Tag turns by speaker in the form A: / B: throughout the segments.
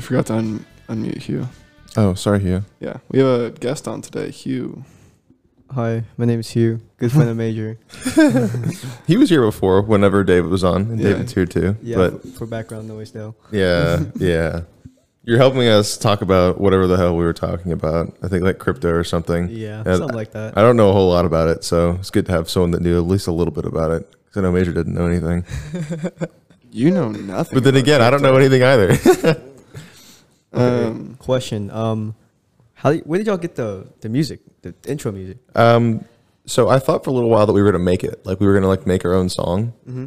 A: forgot to un- unmute Hugh.
B: Oh, sorry, Hugh.
A: Yeah, we have a guest on today, Hugh.
C: Hi, my name is Hugh. Good friend of Major.
B: He was here before whenever David was on, and
A: Yeah.
B: David's here too.
C: Yeah,
B: But
C: f- for background noise though.
B: yeah, yeah. You're helping us talk about whatever the hell we were talking about. I think like crypto or something.
C: Yeah,
B: Yeah,
C: something like that.
B: Hmm. I don't know a whole lot about it, so it's good to have someone that knew at least a little bit about it. Because I know Major didn't know anything.
A: You know nothing.
B: But then
A: about
B: again, I don't know anything either.
A: it. Um,
C: Question: Um, how do y- where did y'all get the the music, the intro music?
B: um, so I thought for a little while that we were gonna make it, like we were gonna like make our own song,
C: Mm-hmm.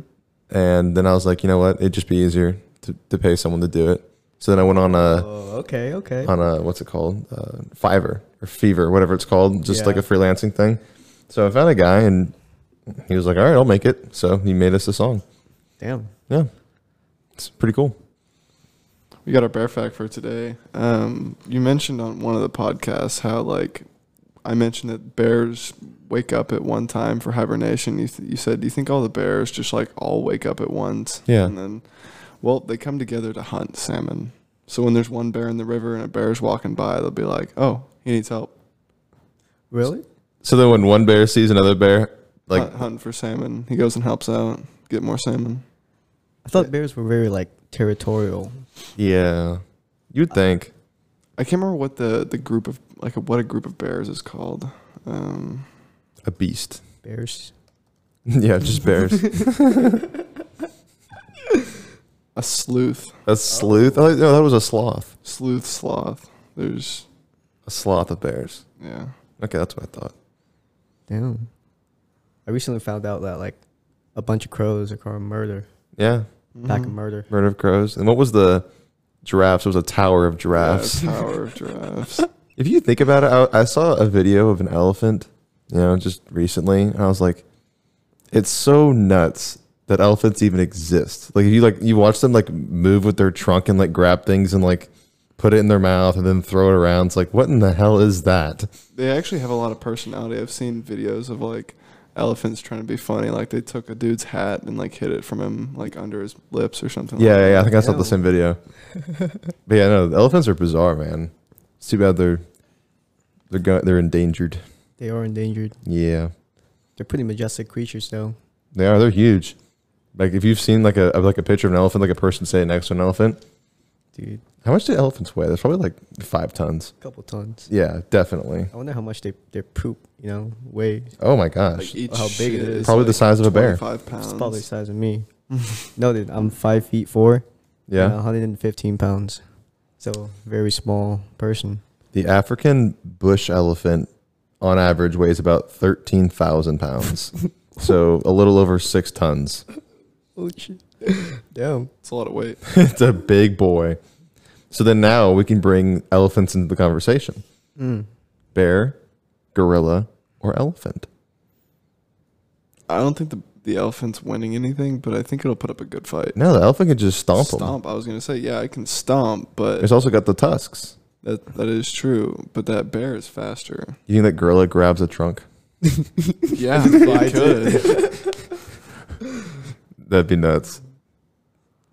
B: and then I was like, you know what? It'd just be easier to, to pay someone to do it. So then I went on a.
C: oh, okay, okay.
B: on a what's it called uh, Fiverr or Fever, whatever it's called, just
C: Yeah.
B: like a freelancing thing. So I found a guy and he was like, "All right, I'll make it." So he made us a song.
C: Damn.
B: Yeah, it's pretty cool.
A: we got a bear fact for today. Um, you mentioned on one of the podcasts how, like, I mentioned that bears wake up at one time for hibernation. You, th- you said, do you think all the bears just like all wake up at once?
B: Yeah.
A: And then, well, they come together to hunt salmon. So when there's one bear in the river and a bear's walking by, they'll be like, "Oh, he needs help.
C: Really?
B: So then when one bear sees another bear, like
A: hunt, hunt for salmon." He goes and helps out, get more salmon.
C: I thought bears were very like territorial.
B: yeah, you'd think.
A: I can't remember what the the group of like what a group of bears is called. Um,
B: A beast.
C: Bears.
B: yeah, just bears.
A: a sleuth,
B: a sleuth. Oh, no, that was a sloth.
A: sleuth sloth. There's
B: A sloth of bears.
A: yeah.
B: Okay, that's what I thought.
C: Damn. I recently found out that like a bunch of crows are called murder.
B: Yeah,
C: Pack
B: Mm-hmm.
A: Mm-hmm.
C: of murder.
B: murder of crows. And what was the giraffes? It was a tower of giraffes.
A: Yeah, tower of giraffes.
B: If you think about it, I, I saw a video of an elephant, you know, just recently, and I was like, it's so nuts that elephants even exist. Like you like you watch them like move with their trunk and like grab things and like put it in their mouth and then throw it around. It's like, what in the hell is that?
A: they actually have a lot of personality. I've seen videos of like elephants trying to be funny. Like they took a dude's hat and like hid it from him like under his lips or something.
B: Yeah,
A: like
B: yeah, yeah,
A: that.
B: I think I saw the same video. but yeah, no, the elephants are bizarre, man. It's too bad they're they're go- they're endangered.
C: They are endangered.
B: Yeah.
C: They're pretty majestic creatures though.
B: They are. They're huge. Like if you've seen like a of, like a picture of an elephant, like a person sitting next to an elephant.
C: Dude,
B: How much do elephants weigh? That's probably like five tons.
C: a couple tons.
B: Yeah, definitely.
C: I wonder how much they their poop, you know, weigh.
B: Oh my gosh,
A: Like each
C: How big it
A: shit
C: is.
B: probably the size of a bear.
A: Five
C: It's
A: pounds.
C: probably the size of me. no, dude, I'm five feet four. and
B: Yeah,
C: 115 pounds. So very small person.
B: the African bush elephant, on average, weighs about thirteen thousand pounds. so a little over six tons.
C: Oh shit! Damn.
A: It's a lot of weight.
B: it's a big boy. So then now we can bring elephants into the conversation:
C: Mm.
B: bear, gorilla, or elephant.
A: I don't think the the elephant's winning anything, but I think it'll put up a good fight.
B: No, the elephant could just stomp, 'em.
A: I was gonna say, yeah, I can stomp, but
B: It's also got the tusks.
A: that that is true. But that bear is faster.
B: You think that gorilla grabs a trunk?
A: Yeah, it could.
B: That'd be nuts.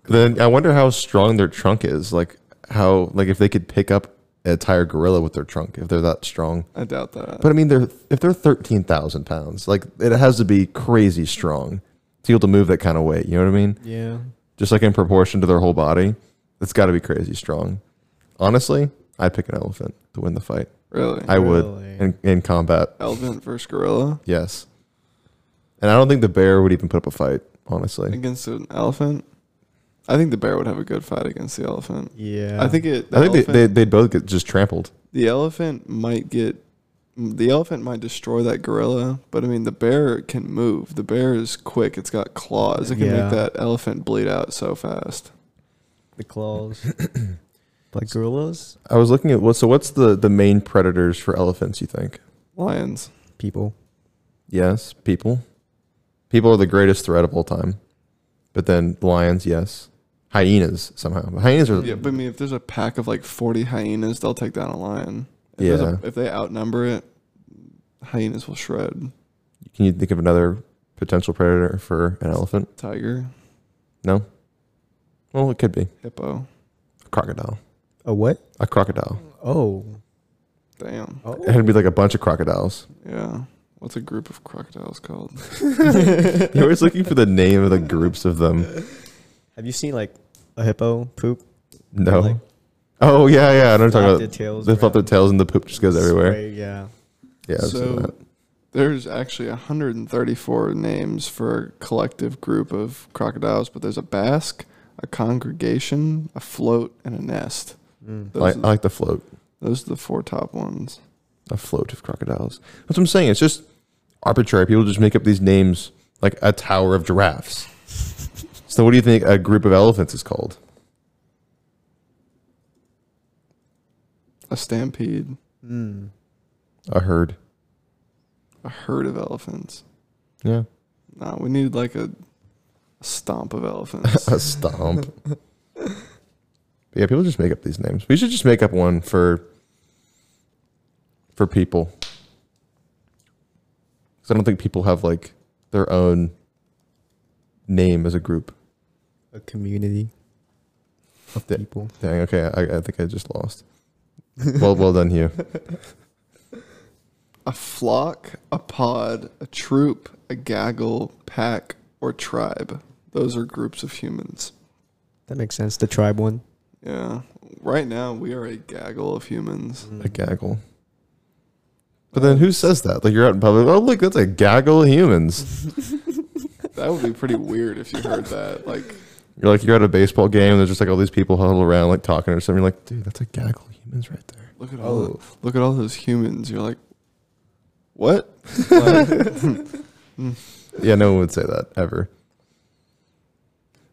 B: Then I wonder how strong their trunk is. Like how like if they could pick up an entire gorilla with their trunk if they're that strong.
A: I doubt that.
B: But I mean, they're if they're thirteen thousand pounds, like it has to be crazy strong to be able to move that kind of weight. You know what I mean?
C: Yeah.
B: Just like in proportion to their whole body, it's got to be crazy strong. Honestly, I'd pick an elephant to win the fight.
A: really,
B: I would
C: Really?
B: in, in combat.
A: elephant versus gorilla
B: Yes. And I don't think the bear would even put up a fight, honestly.
A: against an elephant. I think the bear would have a good fight against the elephant.
C: Yeah.
A: I think it. The
B: I think they,
A: elephant,
B: they, they'd both get just trampled.
A: the elephant might get. The elephant might destroy that gorilla, but I mean the bear can move. The bear is quick. It's got claws. It can
C: Yeah.
A: make that elephant bleed out so fast.
C: the claws. like gorillas,
B: I was looking at what, so what's the, the main predators for elephants, you think?
A: Lions.
C: people.
B: Yes, people. People are the greatest threat of all time. But then lions, yes. Hyenas, somehow. But hyenas are,
A: Yeah, but I mean, if there's a pack of like 40 hyenas, they'll take down a lion. If, there's a- if they outnumber it, hyenas will shred.
B: can you think of another potential predator for an elephant?
A: Tiger,
B: No? Well, it could be
A: hippo.
B: a crocodile.
C: A what?
B: A crocodile.
C: Oh.
A: Damn.
B: It had to be like a bunch of crocodiles.
A: Yeah. What's a group of crocodiles called?
B: You're always looking for the name of the groups of them.
C: Have you seen like a hippo poop?
B: No.
C: Like,
B: oh yeah, yeah. I don't talk
C: flap
B: about.
C: their tails
B: They flap their
C: around.
B: tails and the poop just goes everywhere.
C: Spray, yeah.
B: Yeah. I've seen
A: So-
B: that.
A: There's actually 134 names for a collective group of crocodiles, but there's a basque, a congregation, a float, and a nest.
C: Mm.
B: I,
A: Those,
B: like,
A: are,
B: I like the float.
A: those are the four top ones.
B: A float of crocodiles. That's what I'm saying. It's just arbitrary. People just make up these names like a tower of giraffes. so what do you think a group of elephants is called?
A: A stampede,
C: Mm.
B: A herd.
A: a herd of elephants.
B: Yeah.
A: Nah, we need like a, a stomp of elephants.
B: a stomp. But yeah, people just make up these names. We should just make up one for for people. Cuz I don't think people have like their own name as a group.
C: A community of
B: Yeah.
C: people.
B: Dang, okay, I, I think I just lost. well, well done, Hugh.
A: a flock, a pod, a troop, a gaggle, pack, or tribe. Those are groups of humans.
C: That makes sense. The tribe one.
A: Yeah. Right now, we are a gaggle of humans.
B: A gaggle. But then who says that? Like you're out in public. Oh, look, that's a gaggle of humans.
A: That would be pretty weird if you heard that. Like,
B: You're like you're at a baseball game and there's just like all these people huddled around like talking or something. You're like, dude, that's a gaggle of humans right there.
A: look at all
B: Oh.
A: the- look at all those humans. You're like, what?
B: Yeah, no one would say that ever.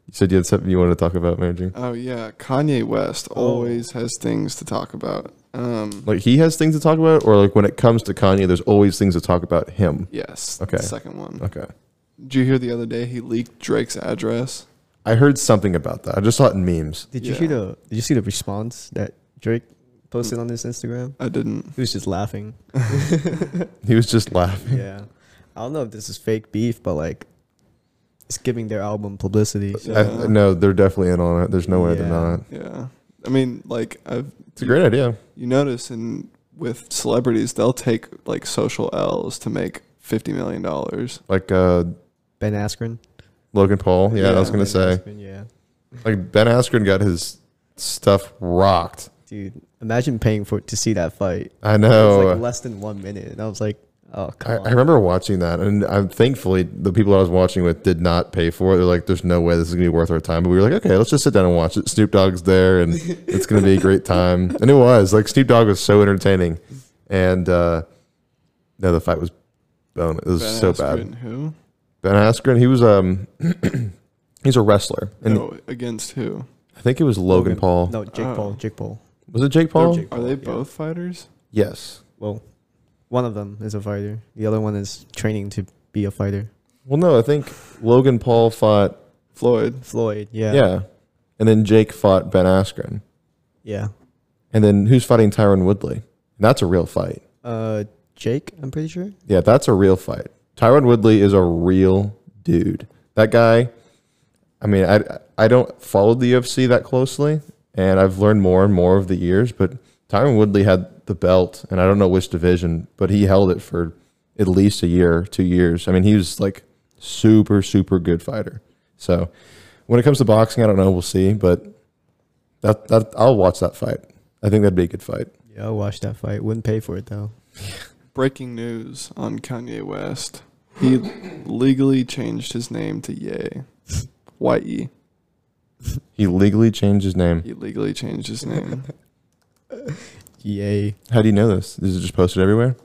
B: You said you had something you wanted to talk about, Mary Jane.
A: Oh yeah, Kanye West
C: Oh.
A: always has things to talk about. Um,
B: Like he has things to talk about, or like when it comes to Kanye, there's always things to talk about him.
A: yes.
B: Okay. Uh.
A: The second one.
B: Okay.
A: Did you hear the other day he leaked Drake's address?
B: I heard something about that. I just saw it in memes.
C: Did
A: Yeah.
C: you see the Did you see the response that Drake
A: Hmm.
C: posted on his Instagram?
A: I didn't.
C: He was just laughing.
B: He was just laughing.
C: yeah. I don't know if this is fake beef, but like, it's giving their album publicity. So.
B: I- no, they're definitely in on it. There's no way they're
C: Yeah.
B: not.
A: Yeah. I mean, like I've
B: It's a great idea.
A: you notice in with celebrities they'll take like social L's to make fifty million dollars.
B: Like uh,
C: Ben Askren.
B: Logan Paul. Yeah, I was
A: Yeah.
B: gonna
C: Ben
B: say.
C: Askren, yeah.
B: Like Ben Askren got his stuff rocked.
C: Dude, imagine paying for to see that fight.
B: I
C: It
B: know.
C: was like less than one minute, and I was like, oh come
B: I,
C: on.
B: I remember watching that, and I'm thankfully the people I was watching with did not pay for it. They're like, "There's no way this is gonna be worth our time." But we were like, "Okay, let's just sit down and watch it." Snoop Dogg's there, and it's gonna be a great time. And it was like Snoop Dogg was so entertaining, and uh, no, the fight was bone. It was
A: Ben
B: so
A: Askren,
B: bad.
A: Who?
B: Ben Askren, he was um, he's a wrestler, and
A: no, against who?
B: I think it was Logan, Paul.
C: No, Jake
A: Oh.
C: Paul. Jake Paul.
B: Was it Jake Paul?
C: Jake
A: Are they
C: Yeah.
A: both fighters?
B: Yes.
C: Well, one of them is a fighter. The other one is training to be a fighter.
B: Well, no, I think Logan Paul fought.
A: Floyd.
C: Floyd. Yeah.
B: Yeah. And then Jake fought Ben Askren.
C: Yeah.
B: And then who's fighting Tyron Woodley? And that's a real fight.
C: Uh, Jake. I'm pretty sure.
B: Yeah, that's a real fight. Tyron Woodley is a real dude. That guy, I mean, I I don't follow the UFC that closely, and I've learned more and more over the years, but Tyron Woodley had the belt, and I don't know which division, but he held it for at least a year, two years. I mean, he was like super, super good fighter. So when it comes to boxing, I don't know, we'll see, but that, that I'll watch that fight. I think that'd be a good fight.
C: Yeah, I watched that fight. Wouldn't pay for it though.
A: Breaking news on Kanye West. He legally changed his name to Ye. Y-E.
B: He legally changed his name.
A: He legally changed his name.
C: Yay.
B: How do you know this? Is it just posted everywhere?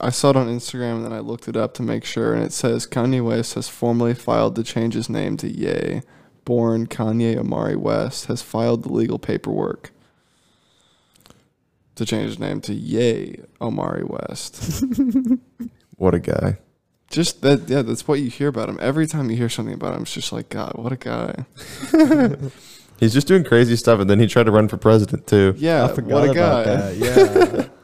A: I saw it on Instagram and then I looked it up to make sure, and it says Kanye West has formally filed to change his name to Ye. Born Kanye Amari West has filed the legal paperwork to change his name to Ye Amari West.
B: What a guy.
A: just that, yeah, that's what you hear about him. Every time you hear something about him, it's just like, God, what a guy.
B: He's just doing crazy stuff, and then he tried to run for president too.
A: Yeah,
C: I forgot
A: what a
C: about
A: guy.
C: that. Yeah.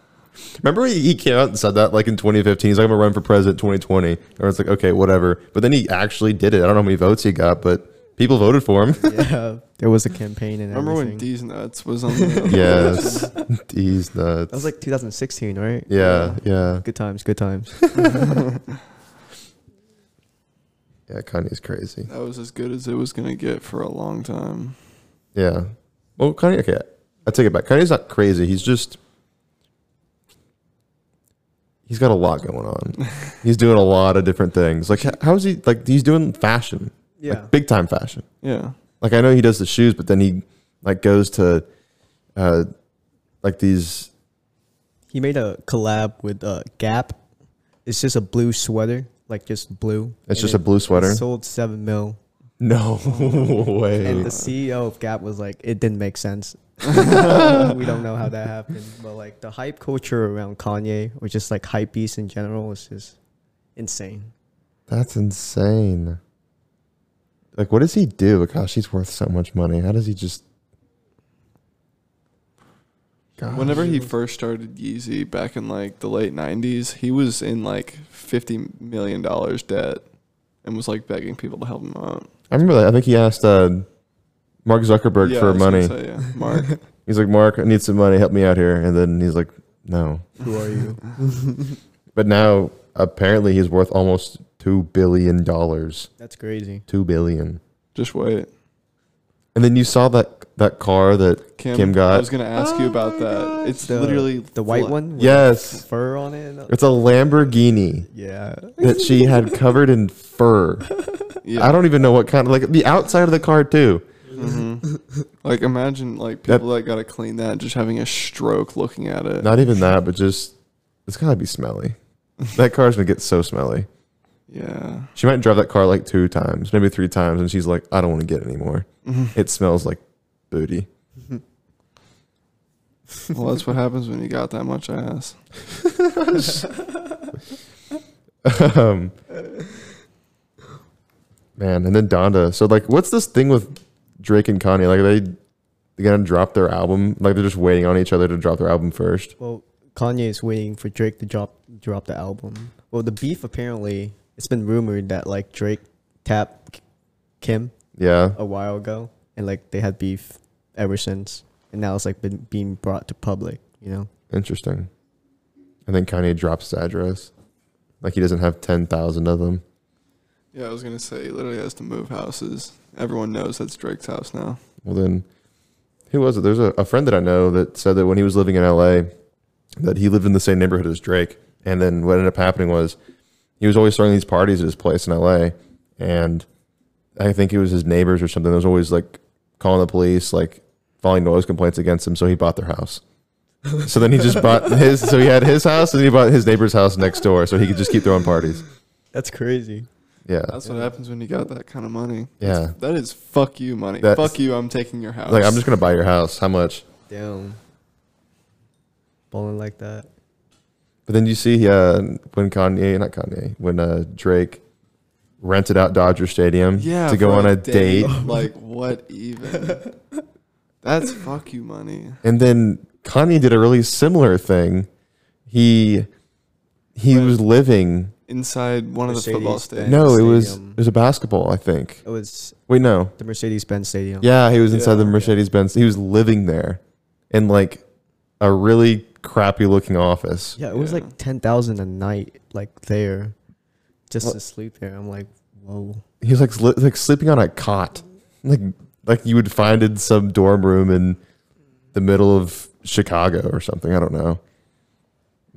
B: Remember, he he came out and said that like in 2015. He's like, "I'm gonna run for president 2020," or it's like, "Okay, whatever." But then he actually did it. I don't know how many votes he got, but People voted for him.
C: yeah, there was a campaign and
A: Remember when
C: everything.
A: D's nuts was on? The
B: yes, these nuts.
C: that was like 2016, right?
B: yeah, yeah,
C: Good times, good times.
B: yeah. Kanye's crazy.
A: That was as good as it was gonna get for a long time.
B: Yeah. Well, Kanye. Okay, I take it back. Kanye's not crazy. He's just he's got a lot going on. he's doing a lot of different things. Like, h- how is he? Like, he's doing fashion,
C: Yeah.
B: like big time fashion.
A: Yeah,
B: Like, I know he does the shoes, but then he like goes to uh like these.
C: He made a collab with uh, Gap. It's just a blue sweater, like just blue.
B: It's
C: and
B: just
C: it
B: a blue sweater.
C: Sold seven mil,
B: no way.
C: and the CEO of Gap was like, "It didn't make sense." we don't know how that happened, but like the hype culture around Kanye, or just like hype beasts in general, is just insane.
B: That's insane. Like, what does he do? Gosh, he's worth so much money. How does he just?
C: Oh,
B: Gosh.
A: whenever he first started Yeezy back in like the late '90s, he was in like fifty million dollars debt, and was like begging people to help him out
B: I remember that. I think he asked uh, Mark Zuckerberg
A: Yeah, I
B: for
A: was gonna
B: money.
A: say, yeah. Mark,
B: He's like, Mark, I need some money. Help me out here. And then he's like, No.
C: Who are you?
B: But now apparently he's worth almost two billion dollars.
C: That's crazy.
B: Two billion.
A: just wait.
B: And then you saw that that car that
A: Kim,
B: Kim, got.
A: I was gonna ask you about that. It's
C: Oh The-
A: literally
C: the white
A: fl-
C: one. with
B: yes,
C: fur on it. and-
B: it's a Lamborghini
C: Yeah,
B: that she had covered in fur.
A: Yeah.
B: I don't even know what kind of like the outside of the car too.
A: Mhm. like imagine like people that, gotta clean that just having a stroke looking at it.
B: Not even that, but just it's gotta be smelly. That car's gonna get so smelly.
A: yeah.
B: She might drive that car like two times, maybe three times, and she's like, I don't want to get it anymore. It smells like booty.
A: Well, that's what happens when you got that much ass.
B: um, man, and then Donda. So like, what's this thing with Drake and Kanye? Like, are they they gonna drop their album? Like, they're just waiting on each other to drop their album first.
C: Well, Kanye is waiting for Drake to drop drop the album. Well, the beef apparently it's been rumored that like Drake tapped Kim
B: Yeah,
C: a while ago, and like they had beef ever since, and now it's like been being brought to public. You know,
B: interesting. And then Kanye drops his address. Like he doesn't have ten thousand of them.
A: Yeah, I was gonna say he literally has to move houses. Everyone knows that's Drake's house now.
B: Well, then, who was it? There's a, a friend that I know that said that when he was living in LA, that he lived in the same neighborhood as Drake. And then what ended up happening was he was always throwing these parties at his place in LA. And I think it was his neighbors or something that was always like calling the police, like filing noise complaints against him. So he bought their house. so then he just bought his. So he had his house, and he bought his neighbor's house next door, so he could just keep throwing parties.
C: that's crazy.
B: Yeah,
A: That's what happens when you got that kind of money.
B: yeah.
A: That is fuck you money.
B: That's-
A: fuck you, I'm taking your house.
B: Like I'm just gonna buy your house. How much?
C: Damn, balling like that.
B: But then you see uh, when Kanye, not Kanye, when uh, Drake rented out Dodger Stadium
A: yeah,
B: to go
A: for
B: on a date.
A: Like what even? that's fuck you money.
B: And then Kanye did a really similar thing. He he
A: Right.
B: was living.
A: Inside one of the football
C: Mercedes-Benz.
A: stadiums.
B: no, it was
C: stadium.
B: it was a basketball, I think.
C: It was
B: Wait, no.
C: the Mercedes Benz Stadium.
B: Yeah, he was inside
A: Yeah.
B: the Mercedes Benz. He was living there in like a really crappy looking office.
C: yeah, it was
A: Yeah.
C: like ten thousand a night, like there, just
B: What-
C: to sleep there. I'm like, whoa.
B: He was like sli- like sleeping on a cot, like like you would find in some dorm room in the middle of Chicago or something. I don't know.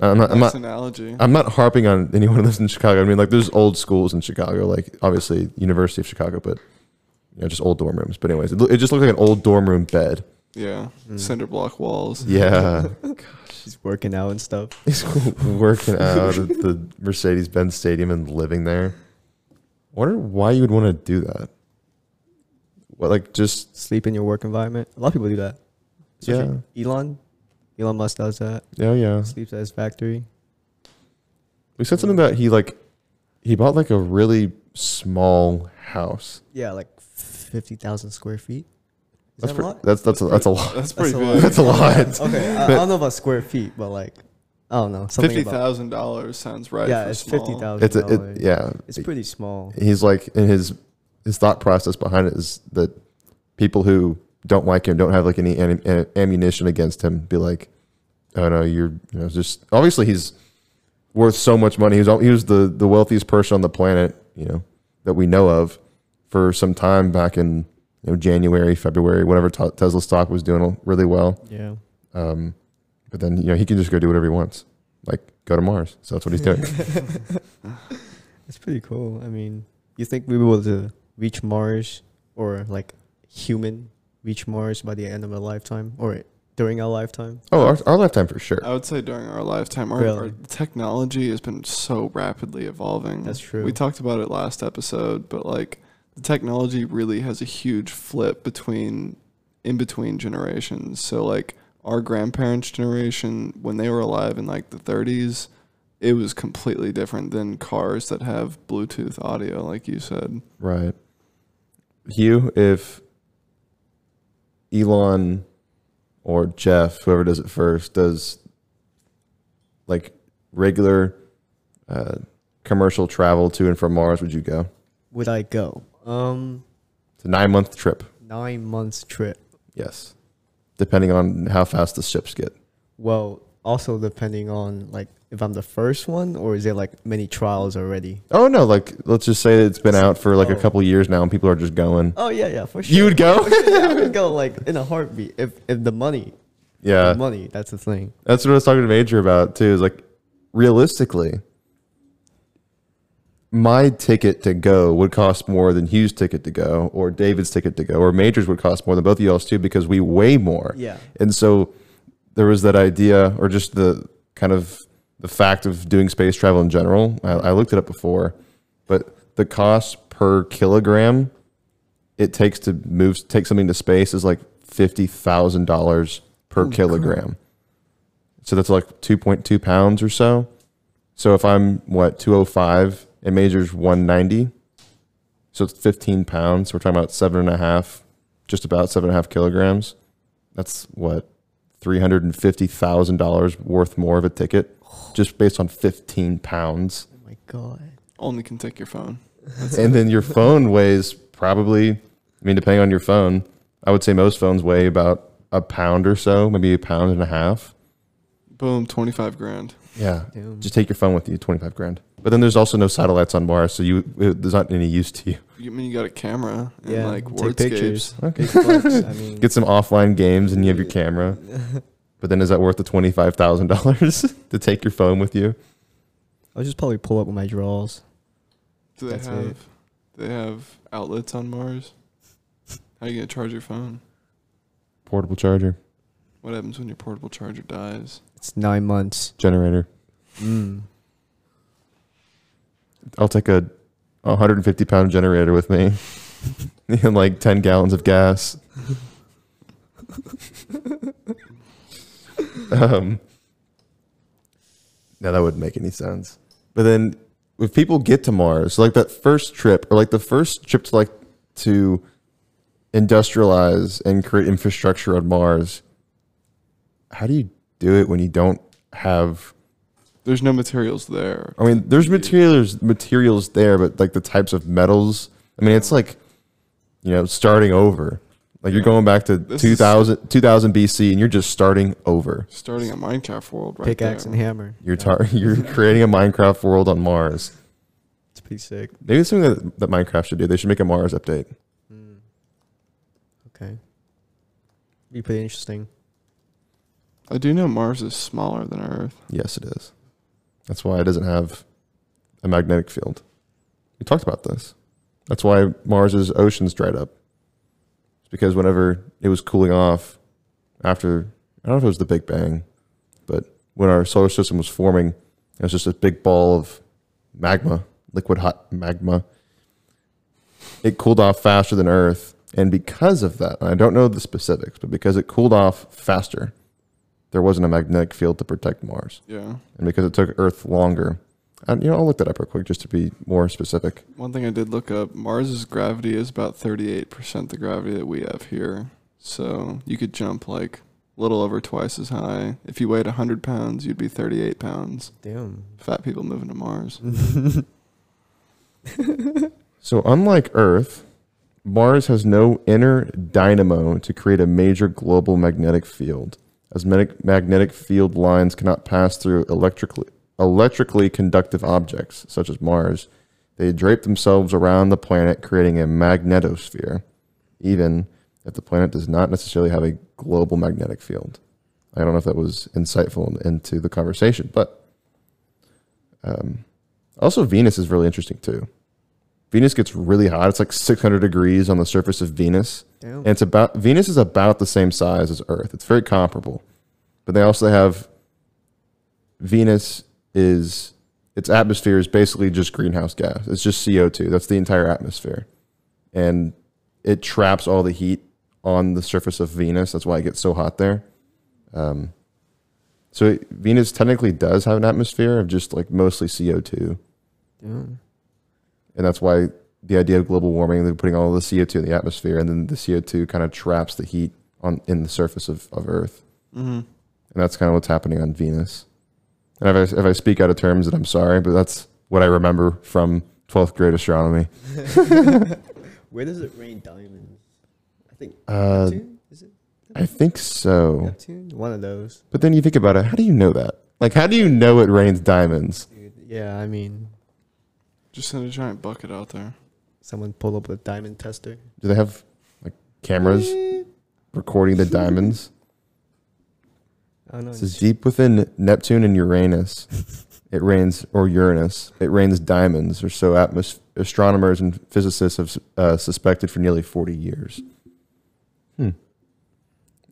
B: I'm not. I'm
A: Nice
B: not.
A: analogy.
B: I'm not harping on anyone who lives in Chicago. I mean, like there's old schools in Chicago, like obviously University of Chicago, but you know, just old dorm rooms. But anyways, it, loo- it just looked like an old dorm room bed.
A: Yeah.
C: Hmm.
A: Cinder block walls.
B: Yeah,
C: She's working out and stuff.
B: he's working out at the Mercedes-Benz Stadium and living there. wonder why you would want to do that. What, like just
C: sleep in your work environment. A lot of people do that. Especially Elon, Elon Musk does that.
B: Oh yeah.
C: Sleeps at his factory.
B: We said something about he like he bought like a really small house.
C: Yeah, like fifty thousand square feet. Is
B: that's
C: that
B: pre-
C: a lot?
B: that's that's a, that's a lot.
A: That's pretty
C: a
A: good.
C: lot.
B: That's a lot.
C: okay, I, I don't know about square feet, but like, I don't know something
A: Fifty
C: about.
A: thousand dollars sounds right.
C: yeah,
A: for
C: it's
A: small.
C: fifty thousand.
B: It's a, it, yeah.
C: It's pretty small.
B: He's like in his his thought process behind it is that people who don't like him don't have like any am- am- ammunition against him. Be like, oh no, you're you know just obviously he's worth so much money. He was al- he was the the wealthiest person on the planet, you know, that we know of for some time back in you know January, February, whenever Te- Tesla stock was doing really well.
C: Yeah.
B: Um, but then you know he can just go do whatever he wants, like go to Mars. So that's what he's doing.
C: It's pretty cool. I mean, you think we will to reach Mars or like human reach Mars by the end of our lifetime or during our lifetime?
B: oh, our, our lifetime for sure.
A: I would say during our lifetime, our,
C: Really?
A: our technology has been so rapidly evolving.
C: That's true.
A: We talked about it last episode, but like the technology really has a huge flip between in between generations. So like our grandparents' generation, when they were alive in like the 30s, it was completely different than cars that have Bluetooth audio, like you said.
B: Right. Hugh, if Elon or Jeff, whoever does it first, does like regular uh, commercial travel to and from Mars, would you go?
C: Would I go? Um,
B: It's a nine month trip.
C: nine months trip.
B: Yes. Depending on how fast the ships get.
C: Well, also depending on like if I'm the first one or is there like many trials already?
B: Oh, no. Like, let's just say it's been out for like a
C: Oh.
B: couple years now and people are just going.
C: Oh yeah, yeah, for sure.
B: You would go?
C: yeah, I would go like in a heartbeat if if the money,
B: yeah.
C: the money. That's the thing.
B: That's what I was talking to Major about too. Is like realistically, my ticket to go would cost more than Hugh's ticket to go, or David's ticket to go, or Major's would cost more than both of y'all's too, because we weigh more.
C: Yeah.
B: And so there was that idea, or just the kind of the fact of doing space travel in general. I, I looked it up before, but the cost per kilogram it takes to move take something to space is like fifty thousand dollars per kilogram. So that's like two point two pounds or so. So if I'm what two oh five and Major's one ninety, so it's fifteen pounds. We're talking about seven and a half, just about seven and a half kilograms. That's what three hundred and fifty thousand dollars worth more of a ticket, just based on fifteen pounds
C: Oh my god.
A: Only can take your phone.
B: and then your phone weighs probably, I mean, depending on your phone, I would say most phones weigh about a pound or so, maybe a pound and a half.
A: Boom, 25 grand.
B: Yeah.
C: Damn.
B: Just take your phone with you, 25 grand. But then there's also no satellites on Mars, so you it, there's not any use to you.
A: You I mean you got a camera and
C: Yeah,
A: like
C: take pictures.
A: wordscapes.
B: Okay.
C: Big bucks, I mean,
B: Get some offline games and you have your camera. But then is that worth the $25,000 to take your phone with you?
C: I'll just probably pull up with my drawers.
A: Do they
C: That's
A: have
C: it.
A: do they have outlets on Mars? How you gonna charge your phone?
B: Portable charger,
A: What happens when your portable charger dies?
C: It's nine months.
B: generator.
C: Mm.
B: I'll take a 150 pound generator with me and like 10 gallons of gas. um, no, that wouldn't make any sense. But then if people get to Mars, like that first trip or like the first trip to like to industrialize and create infrastructure on Mars, how do you do it when you don't have
A: There's no materials there.
B: I mean, there's materials materials there, but like the types of metals. I mean, it's like you know, starting over. Like you're going back to
A: This is-
B: 2000, 2000 BC, and you're just starting over.
A: Starting a Minecraft world right
C: Pickaxe
A: there.
C: and hammer.
B: You're tar- you're creating a Minecraft world on Mars.
C: It's pretty sick.
B: Maybe it's something that, that Minecraft should do. They should make a Mars update.
C: Mm. Okay. Be pretty interesting.
A: I do know Mars is smaller than Earth.
B: Yes, it is. That's why it doesn't have a magnetic field. We talked about this. That's why Mars's oceans dried up. It's because whenever it was cooling off after, I don't know if it was the Big Bang, but when our solar system was forming, it was just a big ball of magma, liquid hot magma. It cooled off faster than Earth. And because of that, I don't know the specifics, but because it cooled off faster, there wasn't a magnetic field to protect Mars
A: Yeah.
B: and because it took Earth longer. And, you know, I'll look that up real quick just to be more specific.
A: One thing I did look up, Mars's gravity is about 38% the gravity that we have here. So you could jump like a little over twice as high. If you weighed 100 pounds, you'd be 38 pounds.
C: Damn.
A: Fat people moving to Mars.
B: So, unlike Earth, Mars has no inner dynamo to create a major global magnetic field, as magnetic- magnetic field lines cannot pass through electrically, electrically conductive objects, such as Mars. They drape themselves around the planet, creating a magnetosphere, even if the planet does not necessarily have a global magnetic field. I don't know if that was insightful into the conversation, but um, also Venus is really interesting too. Venus gets really hot. It's like 600 degrees on the surface of Venus.
C: Damn.
B: And it's about Venus is about the same size as Earth. It's very comparable. But they also have Venus is its atmosphere is basically just greenhouse gas. It's just CO2. That's the entire atmosphere. And it traps all the heat on the surface of Venus. That's why it gets so hot there. Um, so it- Venus technically does have an atmosphere of just like mostly CO2
C: Damn.
B: and that's why the idea of global warming they're putting all the co2 in the atmosphere and then the co2 kind of traps the heat on in the surface of, of earth
A: Mm-hmm.
B: and that's kind of what's happening on venus and if I, if I speak out of terms that i'm sorry but that's what i remember from 12th grade astronomy
C: Where does it rain diamonds? I think
B: uh,
C: Neptune? Is it
B: i think so
C: Neptune? One of those.
B: but then you think about it how do you know that like how do you know it rains diamonds
C: Dude. Yeah, I mean,
A: Just send a giant bucket out there.
C: someone pull up a diamond tester. Eh,
B: do they have like cameras recording the diamonds
C: I don't know.
B: It says deep within Neptune and Uranus, it rains or Uranus, it rains diamonds, or so atmos- astronomers and physicists have uh, suspected for nearly forty years. Hmm.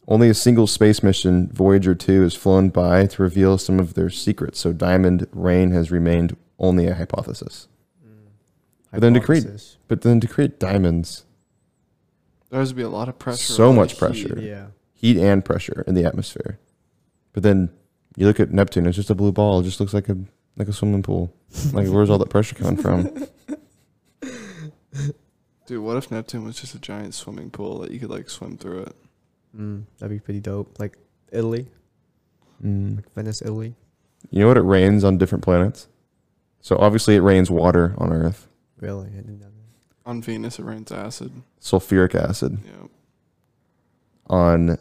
B: Only a single space mission, Voyager two, has flown by to reveal some of their secrets. So diamond rain has remained only a hypothesis. but then to create-
C: mm, Hypothesis.
B: But then to create diamonds,
A: There has to be a lot of pressure.
B: So
A: a lot
B: much
A: of
B: pressure.
A: heat.
C: Yeah.
B: heat and pressure in the atmosphere. But then you look at Neptune; it's just a blue ball. It just looks like a like a swimming pool. Like where's all that pressure coming from?
A: Dude, what if Neptune was just a giant swimming pool that you could like swim through it?
C: Mm, that'd be pretty dope. Like Italy,
B: Mm.
C: like Venice, Italy.
B: You know what? It rains on different planets. So obviously, it rains water on Earth,
C: Really? I didn't know that.
A: On Venus, it rains acid.
B: sulfuric acid.
A: Yeah.
B: On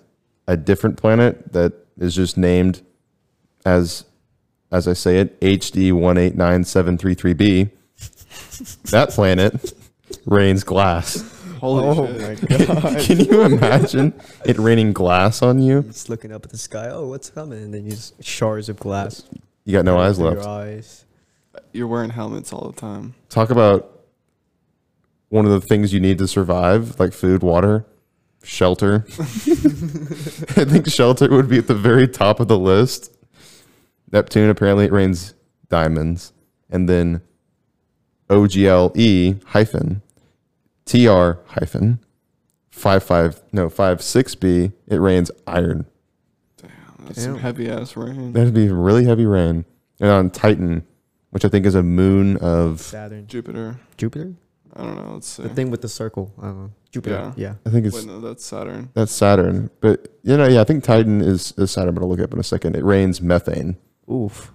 B: a different planet that is just named as, as I say it, HD one eight nine seven three three B. That planet rains glass.
A: Holy
C: oh
A: shit.
C: my god.
B: Can you imagine it raining glass on you?
C: You're just looking up at the sky. Oh, what's coming? And then you just shards of glass.
B: You got no
C: running
B: eyes
C: through
B: left.
C: Your eyes.
A: You're wearing helmets all the time.
B: Talk about one of the things you need to survive, like food, water, shelter. I think shelter would be at the very top of the list. Neptune apparently it rains diamonds, and then O G L E hyphen T R hyphen five five no five six B. It rains iron.
A: That's some
C: Damn.
A: heavy ass rain.
B: That'd be really heavy rain. And on Titan, which I think is a moon of,
C: Saturn.
A: Jupiter.
C: Jupiter?
A: I don't know. Let's see.
C: The thing with the circle. I don't know. Jupiter. Yeah.
B: I think
A: Wait,
B: it's
A: no, that's Saturn.
B: that's Saturn. But you know, yeah, I think Titan is, is Saturn, but I'll look it up in a second. It rains methane.
C: Oof.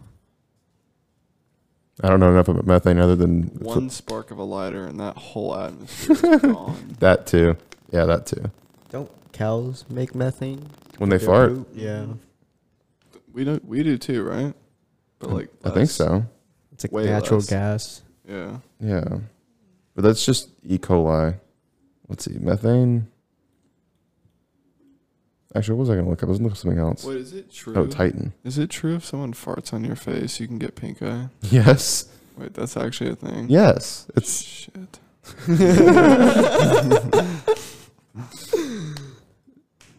B: I don't know enough about methane other than
A: One spark of a lighter, and that whole atmosphere is gone.
B: that too. Yeah, that too.
C: Don't cows make methane?
B: When they
C: Their
B: fart,
C: poop? Yeah.
A: We do. We do too, right? But like,
B: I think
A: less.
B: so.
C: It's like
A: Way
C: natural
A: less.
C: gas.
A: Yeah.
B: Yeah, but that's just E. coli. Let's see, methane. Actually, what was I gonna look up? I was looking up something else.
A: What is it true?
B: Oh, Titan.
A: Is it true if someone farts on your face, you can get pink eye?
B: Yes,
A: Wait, that's actually a thing.
B: yes. It's
A: Shit.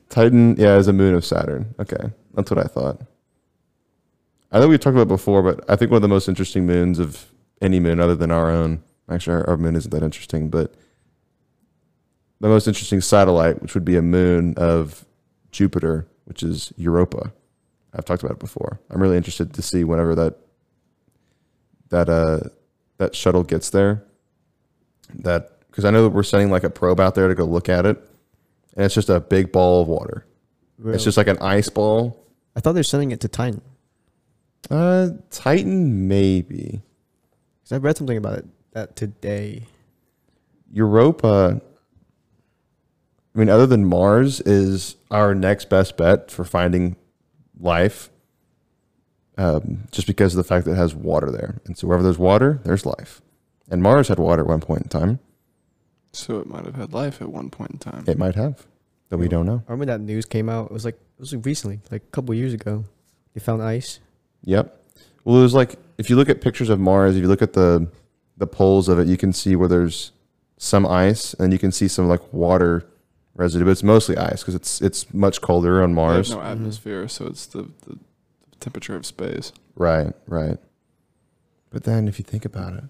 B: Titan, yeah, is a moon of Saturn. Okay, that's what I thought. I think we talked about it before, but I think one of the most interesting moons of any moon other than our own. Actually, our, our moon isn't that interesting, but the most interesting satellite, which would be a moon of Jupiter, which is Europa. I've talked about it before. I'm really interested to see whenever that that uh that shuttle gets there. That because I know that we're sending like a probe out there to go look at it, and it's just a big ball of water. It's
C: Really?
B: just like an ice ball.
C: I thought they're sending it to Titan.
B: Uh, Titan maybe.
C: Cause I read something about it that today.
B: Europa. I mean, other than Mars, is our next best bet for finding life. Um, just because of the fact that it has water there, and so wherever there's water, there's life. And Mars had water at one point in time.
A: So it might have had life at one point in time.
B: It might have, that we
C: Yeah.
B: don't know.
C: I remember that news came out. It was like it was like recently, like a couple years ago. They found ice.
B: Yep. Well, it was like if you look at pictures of Mars, if you look at the the poles of it, you can see where there's some ice and you can see some like water residue, but it's mostly ice because it's it's much colder on
A: They have
B: Mars.
A: no atmosphere, so it's the, the temperature of space.
B: Right, right. But then if you think about it,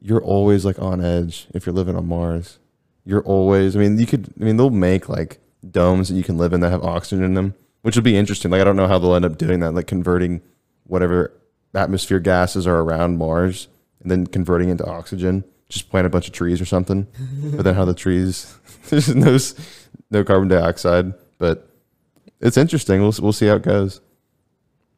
B: you're always like on edge if you're living on Mars. You're always, I mean, you could, I mean, they'll make like domes that you can live in that have oxygen in them, which would be interesting. Like, I don't know how they'll end up doing that, like converting whatever atmosphere gases are around Mars and then converting into oxygen. Just plant a bunch of trees or something. but then how the trees, there's no, s- no carbon dioxide. But it's interesting. We'll, s- we'll see how it goes.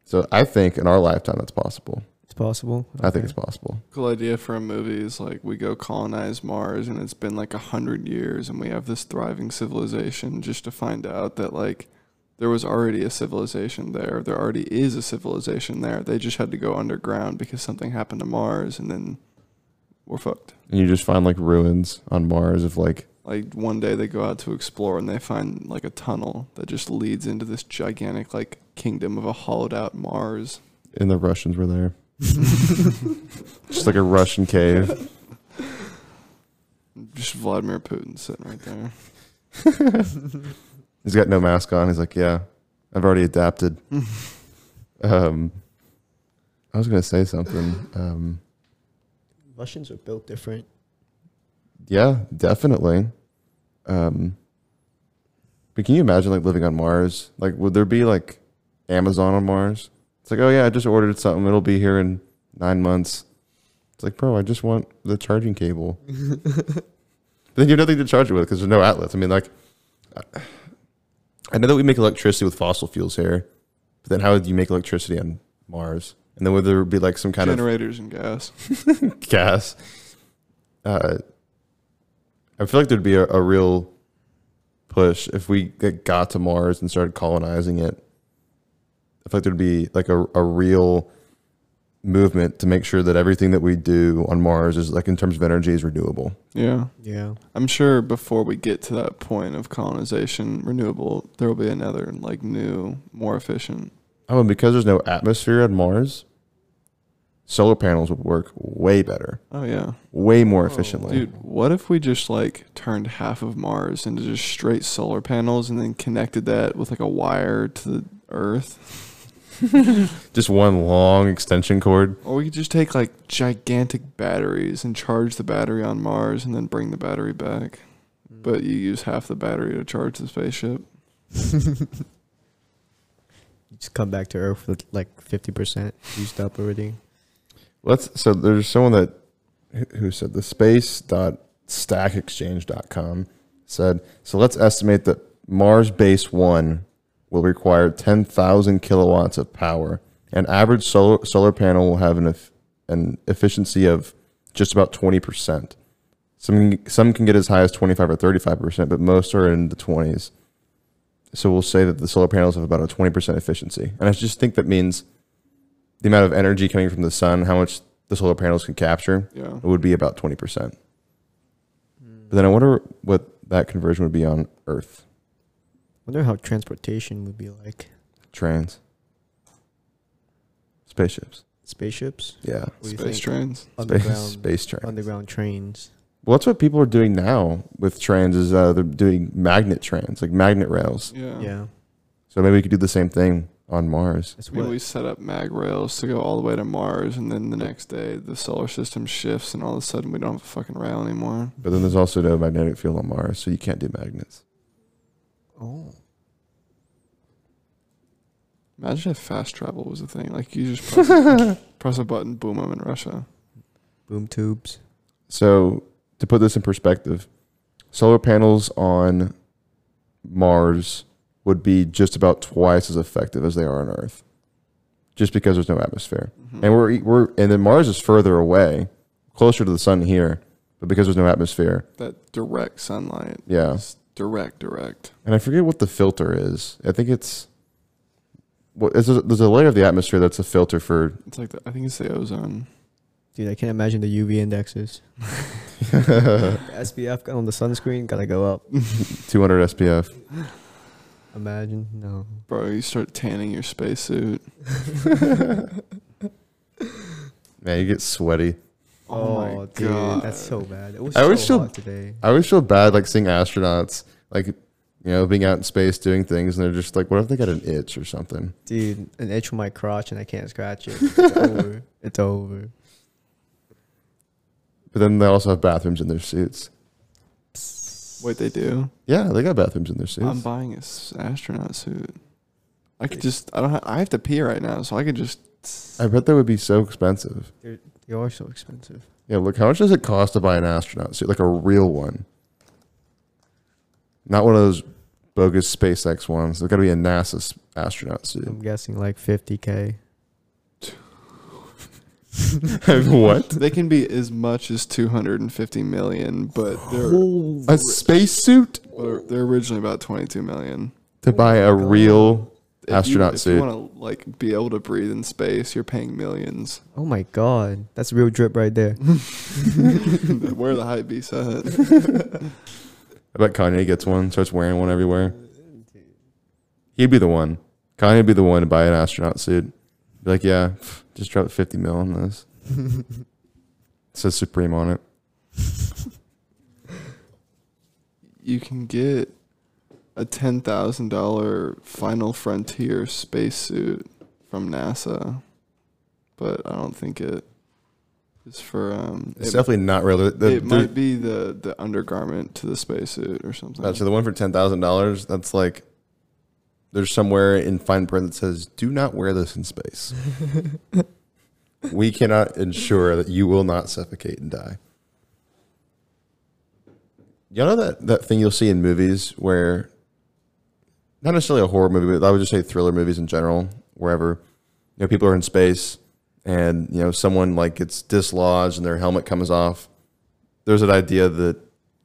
B: So I think in our lifetime that's possible.
C: It's possible.
B: I think it's
C: Okay.
B: possible.
A: Cool idea for a movie is like we go colonize Mars and it's been like a hundred years and we have this thriving civilization just to find out that like there was already a civilization there. There already is a civilization there. They just had to go underground because something happened to Mars and then we're fucked.
B: And you just find like ruins on Mars of like
A: Like one day they go out to explore and they find like a tunnel that just leads into this gigantic like kingdom of a hollowed out Mars.
B: and the Russians were there. just like a Russian cave.
A: Just Vladimir Putin sitting right there.
B: He's got no mask on. He's like, yeah, I've already adapted. um, I was gonna say something. Um,
C: Russians are built different.
B: yeah, definitely. Um, but can you imagine like living on Mars? Like, would there be like Amazon on Mars? It's like, oh yeah, I just ordered something. It'll be here in nine months. It's like, bro, I just want the charging cable. then you have nothing to charge it with because there's no outlets. I mean, like, I- I know that we make electricity with fossil fuels here, but then how would you make electricity on Mars? And then would there be like some kind of
A: Generators and gas.
B: gas. Uh, I feel like there'd be a, a real push if we like, got to Mars and started colonizing it. I feel like there'd be like a, a real movement to make sure that everything that we do on Mars is like in terms of energy is renewable.
A: Yeah.
C: Yeah.
A: I'm sure before we get to that point of colonization, renewable, there will be another like new, more efficient.
B: Oh, and because there's no atmosphere on Mars, solar panels would work way better,
A: Oh yeah,
B: way more
C: Oh,
B: efficiently.
A: dude. What if we just like turned half of Mars into just straight solar panels and then connected that with like a wire to the Earth?
B: Just one long extension cord.
A: Or we could just take like gigantic batteries and charge the battery on Mars and then bring the battery back. But you use half the battery to charge the spaceship.
C: You just come back to Earth with like fifty percent used up already.
B: Let's so there's someone that who- who said the space.stackexchange.com said so let's estimate that Mars base 1 will require 10,000 kilowatts of power. An average solar solar panel will have an eff- an efficiency of just about 20%. Some some can get as high as 25 or 35%, but most are in the 20s. So we'll say that the solar panels have about a 20% efficiency. And I just think that means the amount of energy coming from the sun, how much the solar panels can capture,
A: Yeah.
B: it would be about 20%. But then I wonder what that conversion would be on Earth.
C: Wonder how transportation would be like.
B: Trains. Spaceships.
C: Spaceships,
B: Yeah.
C: What do you
A: Space
C: think?
A: trains.
B: Space,
C: underground,
B: space train.
C: underground trains.
B: Well, that's what people are doing now with trains is uh, they're doing magnet trains, like magnet rails.
A: Yeah.
C: Yeah,
B: So maybe we could do the same thing on Mars.
C: that's
A: When
C: what.
A: we set up mag rails to go all the way to Mars, and then the next day the solar system shifts, and all of a sudden we don't have a fucking rail anymore.
B: But then there's also no magnetic field on Mars, so you can't do magnets.
C: Oh,
A: Imagine if fast travel was a thing. Like you just press a, press a button, boom, I'm in Russia.
C: boom tubes.
B: So to put this in perspective, solar panels on Mars would be just about twice as effective as they are on Earth, just because there's no atmosphere.
A: Mm-hmm.
B: And we're e, we're and then Mars is further away, closer to the sun here, but because there's no atmosphere,
A: That direct sunlight
B: yeah,
A: is direct, direct.
B: and I forget what the filter is. I think it's what is there's a layer of the atmosphere that's a filter for.
A: It's like the, I think it's the ozone.
C: Dude, I can't imagine the UV indexes. The SPF on the sunscreen gotta go up.
B: 200 SPF.
C: Imagine no.
A: Bro, you start tanning your spacesuit.
B: Man, you get sweaty.
A: Oh, my
C: dude,
A: god,
C: that's so bad. It was
B: I
C: so
B: was still-
C: hot today.
B: I always feel bad like seeing astronauts like you know being out in space doing things and they're just like, what if they got an itch or something?
C: Dude, an itch on my crotch and I can't scratch it. It's over. It's over.
B: But then they also have bathrooms in their suits.
A: Wait, they do.
B: Yeah, they got bathrooms in their
A: I'm
B: suits.
A: buying an astronaut suit. I could just I don't ha- I have to pee right now, so I could just
B: I bet that would be so expensive.
C: They are so expensive.
B: Yeah, look, how much does it cost to buy an astronaut suit, like a real one? Not one of those bogus SpaceX ones. There's got to be a NASA s- astronaut suit.
C: I'm guessing like 50k.
B: what?
A: they can be as much as 250 million, but they're
C: Oh,
B: A spacesuit
A: they're, they're originally about 22 million.
B: to buy a real
A: If you-
B: Astronaut
A: If
B: suit.
A: you want to like be able to breathe in space, you're paying millions.
C: Oh my god, that's real drip right there.
A: Where the hype beast at?
B: I bet Kanye gets one, starts wearing one everywhere. He'd be the one. Kanye would be the one to buy an astronaut suit. Be like, yeah, pff, just drop 50 mil on this. it says Supreme on it.
A: You can get a ten thousand dollar Final Frontier spacesuit from NASA, but I don't think it is for um.
B: It's
A: it-
B: definitely not real. The, the,
A: it might be the the undergarment to the spacesuit or something.
B: Uh, so the one for $10,000, that's like, there's somewhere in fine print that says, do not wear this in space. we cannot ensure that you will not suffocate and die. You know that, that thing you'll see in movies where, not necessarily a horror movie, but I would just say thriller movies in general, wherever, you know, people are in space and, you know, someone like gets dislodged and their helmet comes off. There's an idea that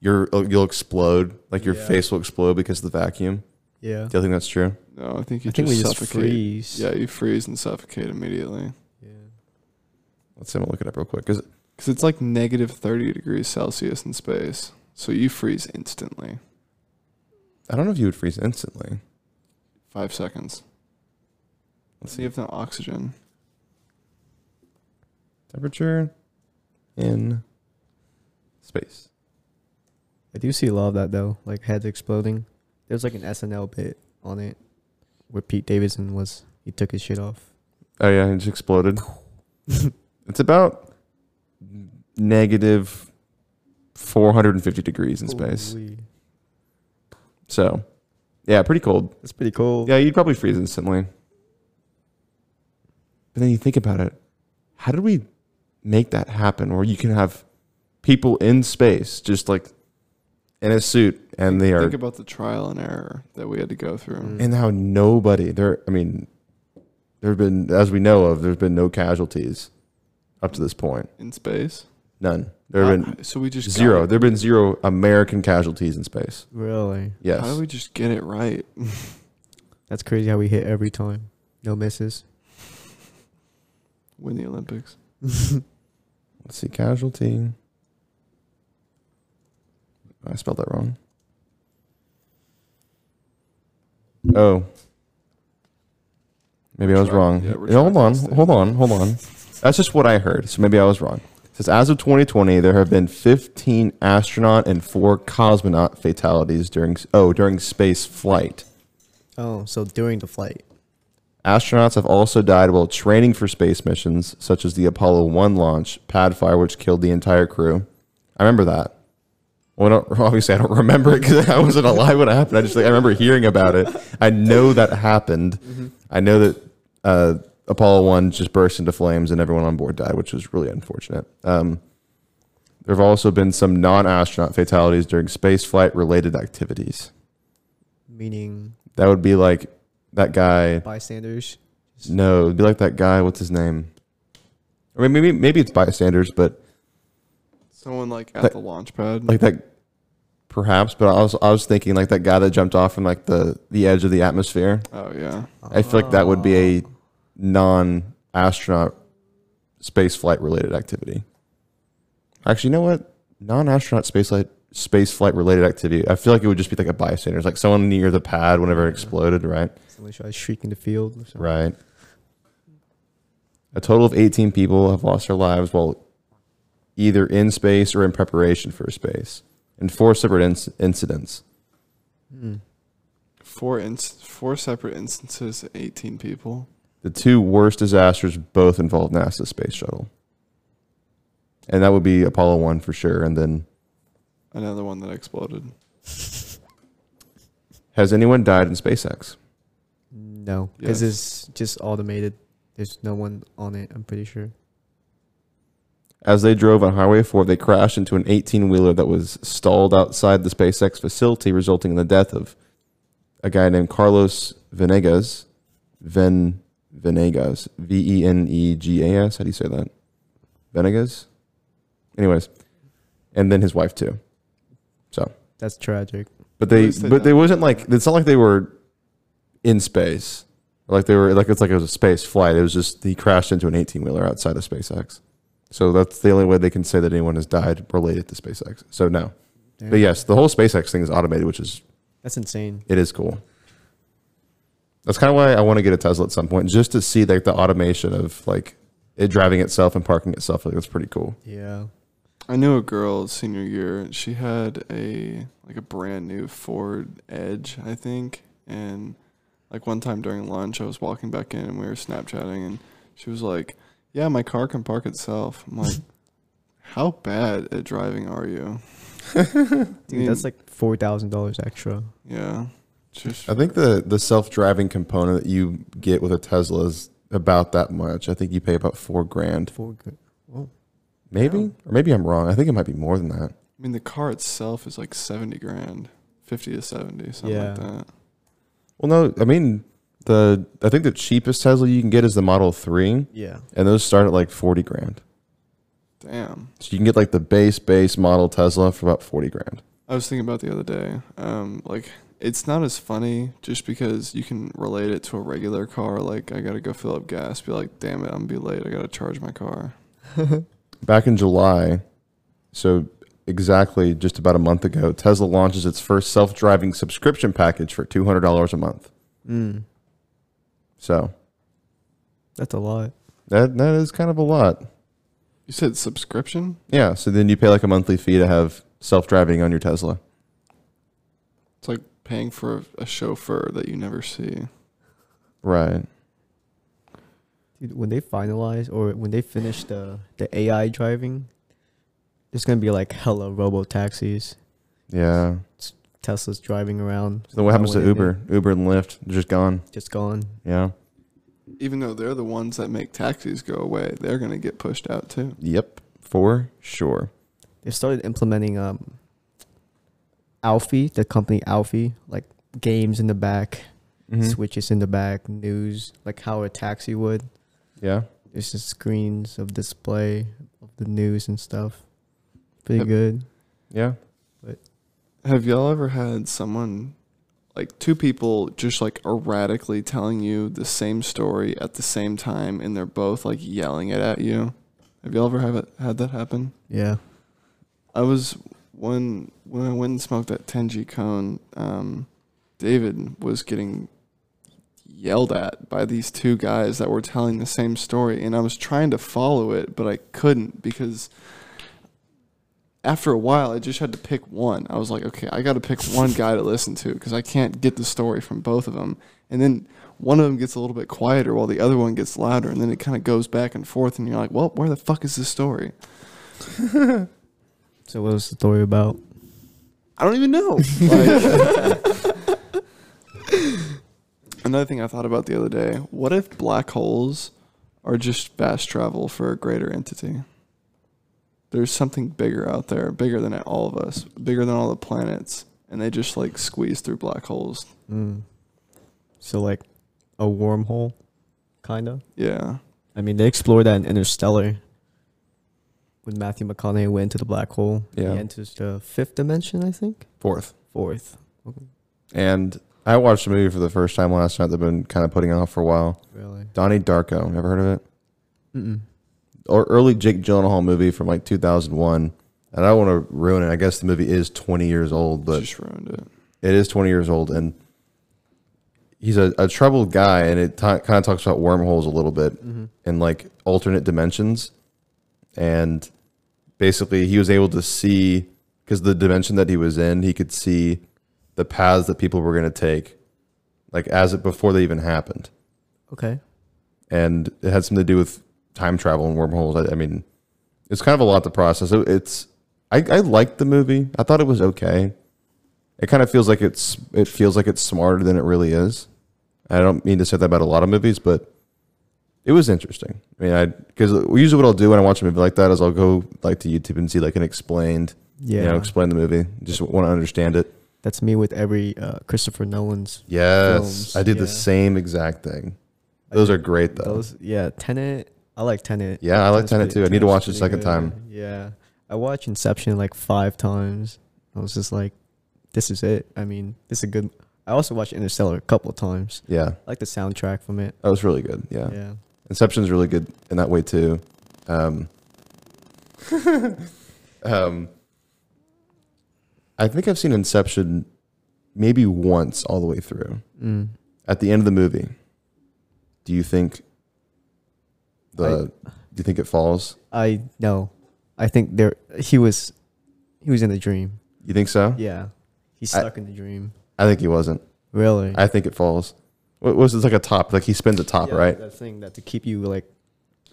B: you're, you'll explode, like your
C: Yeah.
B: face will explode because of the vacuum.
C: Yeah.
B: Do you think that's true?
A: no, I think you
C: I
A: just
C: think we just
A: suffocate.
C: freeze.
A: Yeah, you freeze and suffocate immediately
C: Yeah.
B: Let's see, I'm gonna look it up real quick. 'Cause-
A: because it's like negative thirty degrees Celsius in space, so you freeze instantly.
B: I don't know if you would freeze instantly.
A: Five seconds. Let's see if no oxygen.
B: Temperature in space.
C: I do see a lot of that though, like heads exploding. There's like an SNL bit on it where Pete Davidson was. He took his shit off.
B: Oh yeah, it just exploded. it's about negative 450 degrees in space.
C: Holy.
B: So, yeah, pretty cold.
C: That's pretty cool.
B: Yeah, you'd probably freeze instantly. But then you think about it. How did we make that happen where you can have people in space just like in a suit and they are
A: Think about the trial and error that we had to go through.
C: Mm.
B: and how nobody there i mean there have been as we know of there's been no casualties up to this point
A: in space.
B: none there have been
A: Uh, so we just got
B: zero
A: it.
B: there have been zero american casualties in space
C: Really?
B: yes
A: How do we just get it right?
C: That's crazy how we hit every time. No misses.
A: Win the Olympics.
B: let's see casualty i spelled that wrong oh maybe i was
A: Retract-
B: wrong
A: yeah,
B: Yeah, hold
A: retract
B: on
A: that statement.
B: hold on hold on That's just what I heard. So maybe I was wrong. It says as of 2020, there have been 15 astronaut and four cosmonaut fatalities during oh during space flight.
C: Oh, so during the flight.
B: Astronauts have also died while training for space missions, such as the Apollo 1 launch, Padfire, which killed the entire crew. I remember that. Well, I don't, obviously, I don't remember it because I wasn't alive when it happened. I just like, I remember hearing about it. I know that happened. I know that uh, Apollo 1 just burst into flames and everyone on board died, which was really unfortunate. Um, there have also been some non astronaut fatalities during spaceflight related activities.
C: Meaning
B: That would be like that guy
C: bystanders.
B: no, it'd be like that guy. What's his name? Or mean, maybe maybe it's bystanders, but
A: Someone like at
B: Like-
A: the launch pad.
B: like that perhaps. But I was I was thinking like that guy that jumped off from like the the edge of the atmosphere.
A: Oh yeah.
B: I feel like that would be a non astronaut space flight related activity. Actually, you know what? Non astronaut space flight space flight related activity. I feel like it would just be like a bystander. It's like someone near the pad whenever it exploded, right?
C: Somebody tried shrieking the field. Or something.
B: Right. A total of 18 people have lost their lives while either in space or in preparation for space in four separate inc- incidents.
C: Hmm.
A: Four inst- four separate instances, eighteen people.
B: The two worst disasters both involved NASA's space shuttle. And that would be Apollo 1 for sure. And then
A: Another one that exploded.
B: has anyone died in SpaceX?
C: No, because it's just automated. There's no one on it. I'm pretty sure.
B: As they drove on Highway 4, they crashed into an 18 wheeler that was stalled outside the SpaceX facility, resulting in the death of a guy named Carlos Venegas. Ven Venegas. V E N E G A S. How do you say that? Venegas? Anyways. And then his wife, too. So.
C: That's tragic.
B: But they,
A: least they
B: but they
A: know.
B: wasn't like it's not like they were in space, like they were like it's like it was a space flight. It was just he crashed into an eighteen wheeler outside of SpaceX. So that's the only way they can say that anyone has died related to SpaceX. So no,
C: Damn.
B: but yes, the whole SpaceX thing is automated, which is
C: That's insane.
B: it is cool. That's kind of why I want to get a Tesla at some point, just to see like the automation of like it driving itself and parking itself. Like that's pretty cool.
C: Yeah.
A: I knew a girl senior year. and She had a like a brand new Ford Edge, I think. And like one time during lunch, I was walking back in and we were Snapchatting, and she was like, "Yeah, my car can park itself." I'm like, "How bad at driving are you?"
C: Dude, that's like four thousand dollars extra.
A: Yeah, just
B: I think the the self driving component that you get with a Tesla is about that much. I think you pay about four grand,
C: Four good. oh,
B: maybe, or maybe I'm wrong. I think it might be more than that.
A: I mean, the car itself is like seventy grand, fifty to seventy, something
C: Yeah.
A: like that.
B: Well, no, I mean the I think the cheapest Tesla you can get is the Model Three,
C: Yeah.
B: and those start at like forty grand.
A: Damn.
B: So you can get like the base base model Tesla for about forty grand.
A: I was thinking about the other day. Um, like it's not as funny just because you can relate it to a regular car. Like I gotta go fill up gas. Be like, damn it, I'm gonna be late. I gotta charge my car.
B: Back in July, so exactly just about a month ago, Tesla launches its first self driving subscription package for two hundred dollars a month.
C: Mm.
B: So
C: That's a lot.
B: that that is kind of a lot.
A: You said subscription?
B: Yeah, so then you pay like a monthly fee to have self driving on your Tesla.
A: It's like paying for a chauffeur that you never see.
B: Right.
C: Dude, when they finalize or when they finish the the AI driving, there's gonna be like hella robo taxis,
B: Yeah.
C: Teslas driving around.
B: So then what happens
C: No
B: to
C: one in
B: Uber? Uber and Lyft, they're just gone.
C: it, Just gone.
B: Yeah.
A: Even though they're the ones that make taxis go away, they're gonna get pushed out too.
B: Yep. For sure.
C: They started implementing um, Alfie, the company Alfie, like games in the back,
B: Mm-hmm.
C: switches in the back, news, like how a taxi would.
B: Yeah.
C: There's just screens of display of the news and stuff. Pretty
A: Yep.
C: good.
B: Yeah.
A: Have y'all ever had someone, like two people, just like erratically telling you the same story at the same time, and they're both like yelling it at you? Have y'all ever have it, had that happen?
C: Yeah.
A: I was when when I went and smoked that Tenji cone. Um, David was getting yelled at by these two guys that were telling the same story, and I was trying to follow it, but I couldn't because after a while, I just had to pick one. I was like, okay, I got to pick one guy to listen to because I can't get the story from both of them. And then one of them gets a little bit quieter while the other one gets louder, and then it kind of goes back and forth, and you're like, well, where the fuck is this story?
C: So what was the story about?
A: I don't even know. Like- another thing I thought about the other day: what if black holes are just fast travel for a greater entity? There's something bigger out there, bigger than all of us, bigger than all the planets, and they just like squeeze through black holes.
C: Mm. So like a wormhole, kind of.
A: Yeah,
C: I mean, they explored that in Interstellar. when Matthew McConaughey went into the black hole.
B: Yeah.
C: He enters the fifth dimension, I think.
B: Fourth.
C: Fourth.
B: And I watched a movie for the first time last night that I've been kind of putting off for a while.
C: Really?
B: Donnie Darko. Ever heard of it?
C: Mm-mm.
B: Or early Jake Gyllenhaal movie from like 2001. And I don't want to ruin it. I guess the movie is 20 years old, but
A: just ruined it.
B: It is 20 years old, and he's a, a troubled guy, and it ta kind of talks about wormholes a little bit
C: Mm-hmm.
B: and like alternate dimensions. And basically, he was able to see because the dimension that he was in, he could see the paths that people were going to take, like as it before they even happened.
C: Okay.
B: And it had something to do with time travel and wormholes. I, I mean, it's kind of a lot to process. It- It's I, I liked the movie. I thought it was okay. It kind of feels like it's it feels like it's smarter than it really is. I don't mean to say that about a lot of movies, but it was interesting. I mean, I because usually what I'll do when I watch a movie like that is I'll go like to YouTube and see like an explained,
C: Yeah.
B: you know, explain the movie. Just want to understand it.
C: That's me with every uh, Christopher Nolan's.
B: Yes,
C: Films,
B: I did the
C: yeah.
B: same exact thing. Those are great though.
C: Those, yeah, Tenet. I like Tenet.
B: yeah, I like
C: Tenet's
B: Tenet too.
C: pretty-
B: I need to
C: Tenet's
B: watch it a second
C: pretty good.
B: time.
C: Yeah. I watched Inception like five times. I was just like, this is it. I mean, this is a good. I also watched Interstellar a couple of times.
B: Yeah,
C: I like the soundtrack from it.
B: that was really good.
C: Yeah.
B: Inception's really good in that way too. Um, um, I think I've seen Inception maybe once all the way through.
C: Mm.
B: At the end of the movie, do you think the do you think it falls?
C: I know. I think there he was he was in a dream.
B: You think so?
C: Yeah. He's
B: I-
C: stuck in the dream.
B: I think he wasn't.
C: Really?
B: I think it falls. What was it like a top? Like he spins a top,
C: Yeah,
B: right?
C: That thing that to keep you like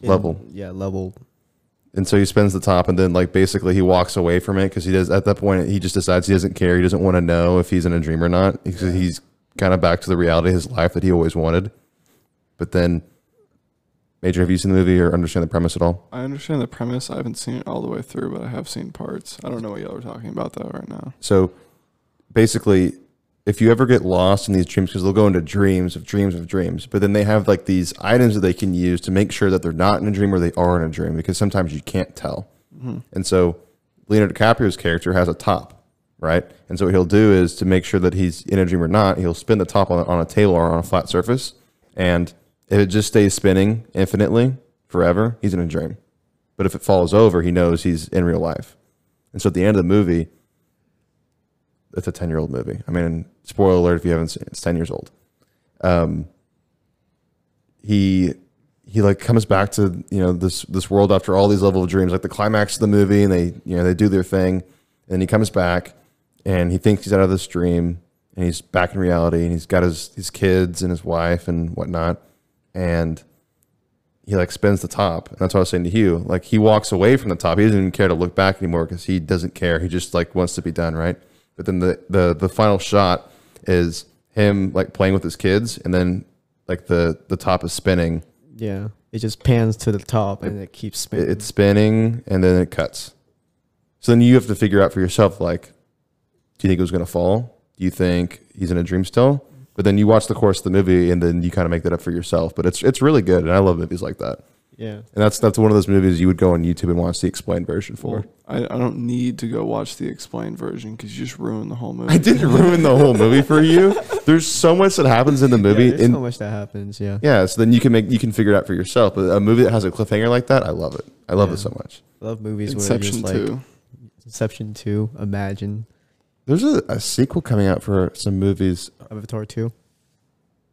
B: Level.
C: Yeah, level.
B: And so he spins the top, and then like basically he walks away from it because he does. At that point, he just decides he doesn't care. He doesn't want to know if he's in a dream or not because he's kind of back to the reality of his life that he always wanted. But then, Major, have you seen the movie or understand the premise at all?
A: I understand the premise. I haven't seen it all the way through, but I have seen parts. I don't know what y'all are talking about though right now.
B: So basically, if you ever get lost in these dreams, because they'll go into dreams of dreams of dreams, but then they have like these items that they can use to make sure that they're not in a dream or they are in a dream because sometimes you can't tell. And so Leonardo DiCaprio's character has a top, right? And so what he'll do is to make sure that he's in a dream or not, he'll spin the top on, on a table or on a flat surface. And if it just stays spinning infinitely forever, he's in a dream. But if it falls over, he knows he's in real life. And so at the end of the movie, it's a 10 year old movie. I mean, spoiler alert if you haven't seen it, it's 10 years old. Um, he he like comes back to you know this this world after all these level of dreams, like the climax of the movie, and they you know they do their thing, and he comes back, and he thinks he's out of this dream, and he's back in reality, and he's got his his kids and his wife and whatnot, and he like spins the top, and that's what I was saying to Hugh. Like he walks away from the top, he doesn't even care to look back anymore because he doesn't care. He just like wants to be done, right? But then the the the final shot is him like playing with his kids, and then like the the top is spinning
C: Yeah. It just pans to the top and it keeps
B: it-
C: spinning.
B: it's spinning and then it cuts. So then you have to figure out for yourself like, do you think it was going to fall? Do you think he's in a dream still? But then you watch the course of the movie and then you kind of make that up for yourself. But it's it's really good and I love movies like that.
C: yeah.
B: And that's that's one of those movies you would go on YouTube and watch the explained version for.
A: I, I don't need to go watch the explained version because you just ruined the whole movie.
B: I didn't ruin the whole movie for you. There's so much that happens in the movie.
C: yeah
B: Yeah,
C: there's so much that happens, yeah.
B: yeah, so then you can make you can figure it out for yourself. But a movie that has a cliffhanger like that, I love it. I love
C: Yeah.
B: it so much.
C: I love movies
A: Inception
C: where it's like
A: two.
C: Inception 2, Imagine,
B: There's a, a sequel coming out for some movies.
C: Avatar 2.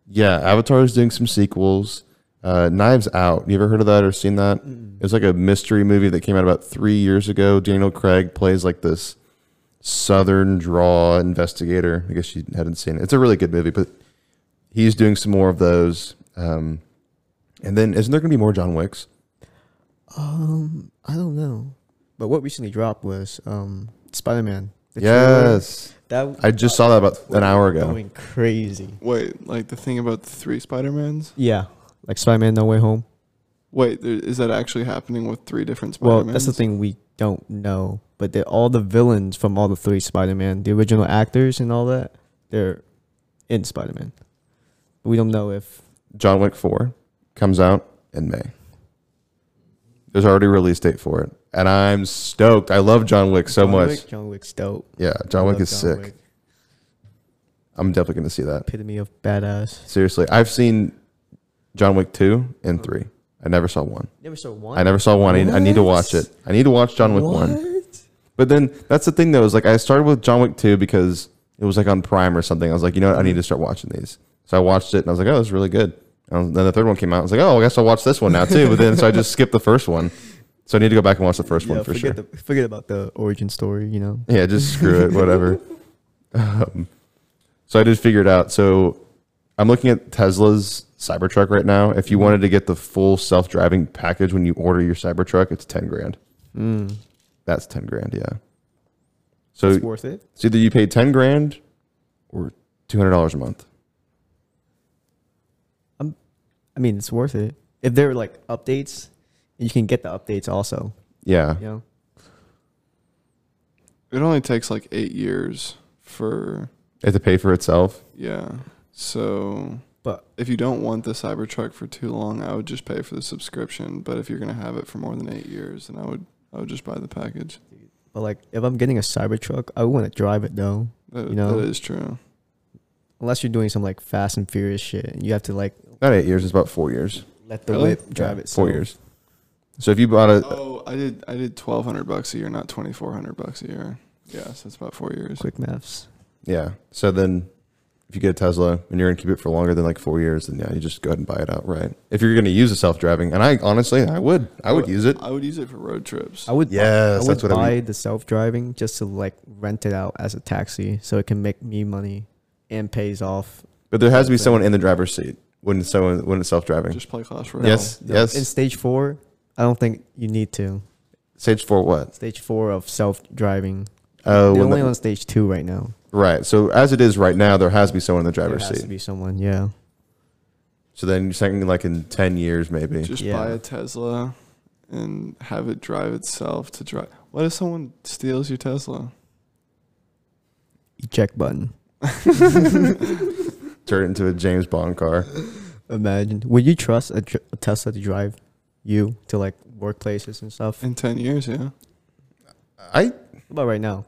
B: Yeah, Avatar's doing some sequels. Uh, Knives Out. You ever heard of that or seen that? It was like a mystery movie that came out about three years ago. Daniel Craig plays like this Southern draw investigator. I guess you hadn't seen it. It's a really good movie, but he's doing some more of those. Um, and then isn't there going to be more John Wicks?
C: Um, I don't know. But what recently dropped was um Spider-Man. the trailer.
B: yes,
C: That
B: I just saw that about an hour ago.
C: Going crazy.
A: Wait, like the thing about the three Spider Mans?
C: Yeah. Like Spider-Man No Way Home.
A: Wait, there, is that actually happening with three different Spider
C: Well,
A: Mans?
C: that's the thing we don't know. But they're all the villains from all the three Spider-Man, the original actors and all that, they're in Spider-Man. But we don't know if
B: John Wick Four comes out in May. There's already a release date for it, and I'm stoked. I love John Wick so
C: John
B: much.
C: Wick, John Wick's dope.
B: Yeah, John Wick
C: Love
B: is sick.
C: Wick.
B: I'm definitely going to see that.
C: Epitome of badass.
B: Seriously, I've seen John Wick two and three. I never saw one.
C: Never saw one.
B: I never saw one. I, I need to watch it. I need to watch John Wick one. But then that's the thing though is like I started with John Wick two because it was like on Prime or something. I was like, you know what, I need to start watching these. So I watched it and I was like, oh, it's really good. And I was- then the third one came out. I was like, oh, I guess I'll watch this one now too. But then so I just skipped the first one. So I need to go back and watch the first
C: Yeah,
B: one for
C: forget
B: sure.
C: the, forget about the origin story. You know,
B: Yeah, just screw it, whatever. um, so I did figure it out. So I'm looking at Tesla's Cybertruck right now. If you
C: Mm-hmm.
B: wanted to get the full self-driving package when you order your Cybertruck, it's ten grand.
C: mm,
B: That's ten grand, yeah. So
C: it's worth it.
B: it's either you pay ten grand or two hundred dollars a month.
C: I mean, it's worth it if there are like updates. You can get the updates also.
B: Yeah,
C: You know,
A: It only takes like eight years for
B: it has to pay for itself.
A: yeah. So
C: but
A: if you don't want the Cybertruck for too long, I would just pay for the subscription. But if you're gonna have it for more than eight years, then I would I would just buy the package.
C: but like if I'm getting a Cybertruck, I want to drive it though.
A: That,
C: You know?
A: that is true.
C: Unless you're doing some like Fast and Furious shit, and you have to like
B: Not eight years; it's about four years.
C: let the
A: Really?
C: whip drive
B: Yeah,
C: it.
B: Four years. So if you bought a
A: Oh, I did I did twelve hundred bucks a year, not twenty four hundred bucks a year. Yeah, so it's about four years.
C: Quick maths.
B: yeah, so then if you get a Tesla and you're gonna keep it for longer than like four years, then yeah, you just go ahead and buy it outright. If you're gonna use a self-driving, and I honestly, I would, I would use it.
A: I would use it for road trips.
C: I would. I
B: Yes,
C: would
B: that's what I
C: buy
B: mean.
C: the self driving just to like rent it out as a taxi, so it can make me money and pays off.
B: But there has to be someone in the driver's seat when someone when it's self-driving.
A: Just play Clash Royale.
B: Yes,
C: No, In
B: yes.
C: stage four, I don't think you need to.
B: Stage four, what?
C: Stage four of self driving.
B: Oh,
C: They're
B: when
C: only
B: the-
C: on stage two right now.
B: right. So as it is right now, there has to be someone in the
C: There
B: driver's
C: has
B: seat.
C: to be someone. Yeah.
B: So then you're saying like in 10 years, maybe.
A: Just
C: Yeah.
A: buy a Tesla and have it drive itself to drive. What if someone steals your Tesla?
C: Eject button.
B: Turn it into a James Bond car.
C: Imagine. Would you trust a, dr- a Tesla to drive you to like workplaces and stuff?
A: In 10 years, yeah.
B: I,
C: What about right now?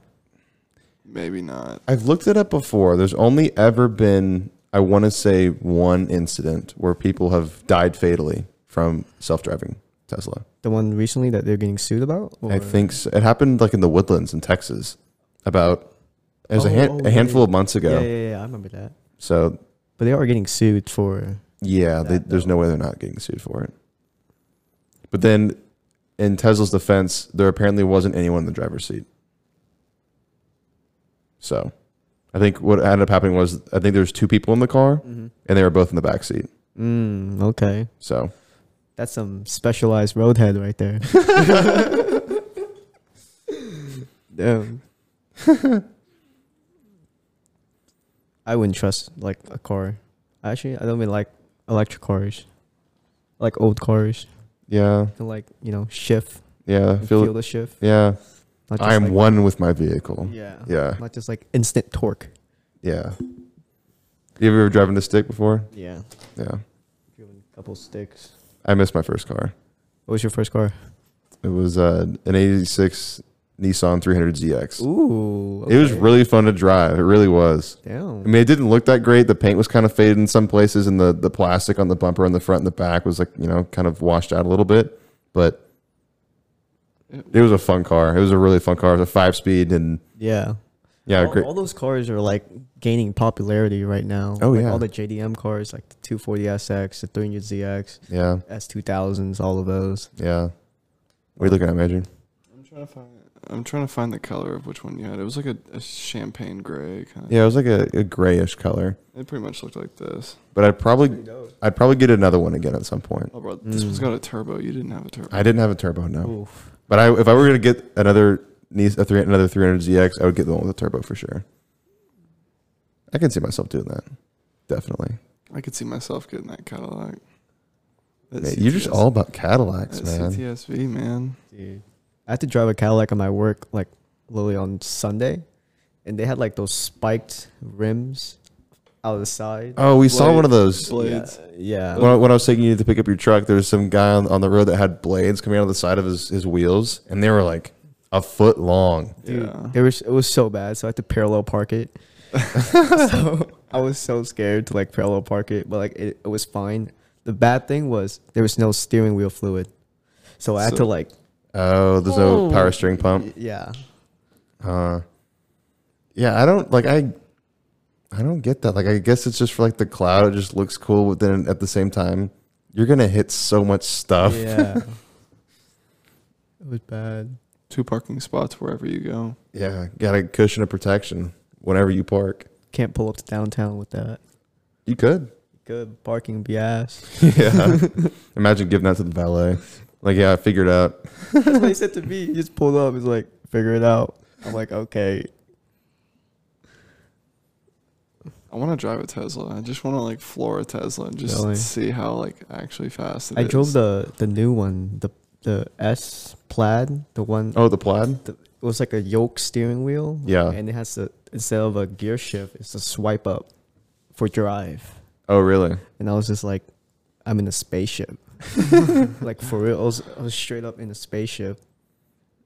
A: Maybe not.
B: I've looked it up before. There's only ever been, I want to say, one incident where people have died fatally from self driving Tesla.
C: The one recently that they're getting sued about?
B: I
C: Or-
B: think so. it happened like in the woodlands in Texas about, it was a,
C: Oh,
B: hand,
C: oh,
B: a
C: yeah,
B: handful
C: yeah.
B: of months ago.
C: Yeah, yeah, yeah. I remember that.
B: So
C: But they are getting sued for.
B: Yeah, they,
C: that,
B: there's no way they're not getting sued for it. But then, in Tesla's defense, there apparently wasn't anyone in the driver's seat. So, I think what ended up happening was I think there was two people in the car, and they were both in the back seat.
C: Mm, okay.
B: So,
C: That's some specialized roadhead right there. Damn. I wouldn't trust like a car. Actually, I don't even like electric cars. I Like old cars.
B: yeah,
C: I like, you know, shift.
B: yeah, I
C: I
B: feel,
C: feel the shift.
B: yeah.
C: Not
B: I am
C: like,
B: one with my vehicle.
C: Yeah.
B: Yeah,
C: Not just like instant torque.
B: yeah. You ever driven a stick before?
C: Yeah.
B: Yeah,
C: Driven a couple sticks.
B: I missed my first car.
C: What was your first car?
B: It was uh, an '86 Nissan 300ZX.
C: Ooh.
B: It was
C: okay.
B: really fun to drive. It really was. I
C: Damn.
B: mean, it didn't look that great. The paint was kind of faded in some places, and the, the plastic on the bumper and the front and the back was like, you know, kind of washed out a little bit. But it was a fun car. It was a really fun car. It was a five speed, and
C: Yeah.
B: yeah,
C: all,
B: great.
C: all those cars are like gaining popularity right now.
B: Oh,
C: Like,
B: yeah.
C: all the JDM cars like the 240SX, the 300ZX,
B: Yeah,
C: S2000s, all of those.
B: yeah. What are you looking at, Major?
A: I'm trying to find I'm trying to find the color of which one you had. It was like a, a champagne gray kind of.
B: Yeah, it was like a, a grayish color.
A: It pretty much looked like this.
B: But I'd probably I'd probably get another one again at some point.
A: Oh, bro, this
C: Mm.
A: one's got a turbo. You didn't have a turbo.
B: I didn't have a turbo, no.
C: Oof.
B: But I, if I were gonna get another Nis- a three, another 300ZX, I would get the one with a turbo for sure. I can see myself doing that, definitely.
A: I could see myself getting that Cadillac. That
B: Man, you're just
A: CTS
B: all about Cadillacs,
A: that
B: man.
A: CTSV, man.
C: Dude. I had to drive a Cadillac at my work like literally on Sunday, and they had like those spiked rims out of the side.
B: Oh, we saw one of
A: Blades-
B: those.
A: blades.
C: Yeah.
B: When I, when I was taking you to pick up your truck, there was some guy on, on the road that had blades coming out of the side of his, his wheels, and they were like a foot long.
C: Dude,
A: Yeah.
C: it was it was so bad, so I had to parallel park it. so I was so scared to like parallel park it, but like it, it was fine. The bad thing was there was no steering wheel fluid, so I had to
A: So- um,
C: like
B: Oh, there's no power steering
C: y-
B: pump.
C: yeah.
B: Uh, yeah, I don't like I. I don't get that. Like, I guess it's just for like the cloud. It just looks cool, but then at the same time, you're gonna hit so much stuff.
C: Yeah. it was bad.
A: Two parking spots wherever you go.
B: Yeah, got a cushion of protection whenever you park.
C: Can't pull up to downtown with that.
B: You could.
C: Good parking BS.
B: Yeah. Imagine giving that to the valet. Like, yeah, I figured out.
C: That's what he said to me. He just pulled up. He's like, figure it out. I'm like, okay.
A: I want to drive a Tesla. I just want to like floor a Tesla and just
C: Really?
A: see how like actually fast it
C: I drove
A: is.
C: the the new one, the the S plaid, the one
B: Oh, the plaid.
C: the, it was like a yoke steering wheel.
B: Yeah.
C: And it has to instead of a gear shift, it's a swipe up for drive.
B: Oh, really?
C: And I was just like, I'm in a spaceship. like for real, I was, I was straight up in a spaceship.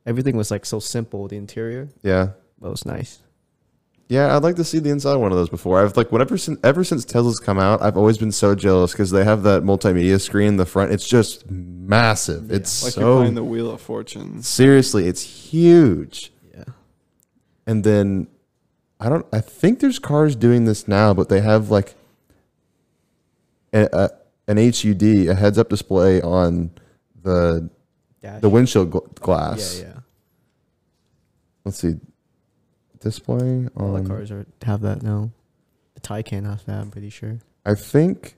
C: Everything was like so simple, the interior,
B: Yeah.
C: but it was nice.
B: Yeah, I'd like to see the inside of one of those before. I've like whatever since ever since Tesla's come out, I've always been so jealous because they have that multimedia screen in the front. It's just massive.
C: Yeah.
B: It's
A: like you're
B: so
A: playing the Wheel of Fortune.
B: seriously, it's huge.
C: Yeah.
B: And then I don't. I think there's cars doing this now, but they have like a, a, an HUD, a heads-up display on the
C: Dash.
B: the windshield gl-
C: yeah,
B: glass.
C: yeah.
B: Let's see. Display
C: All
B: on.
C: the cars are have that now. The Taycan has that, I'm pretty sure.
B: I think.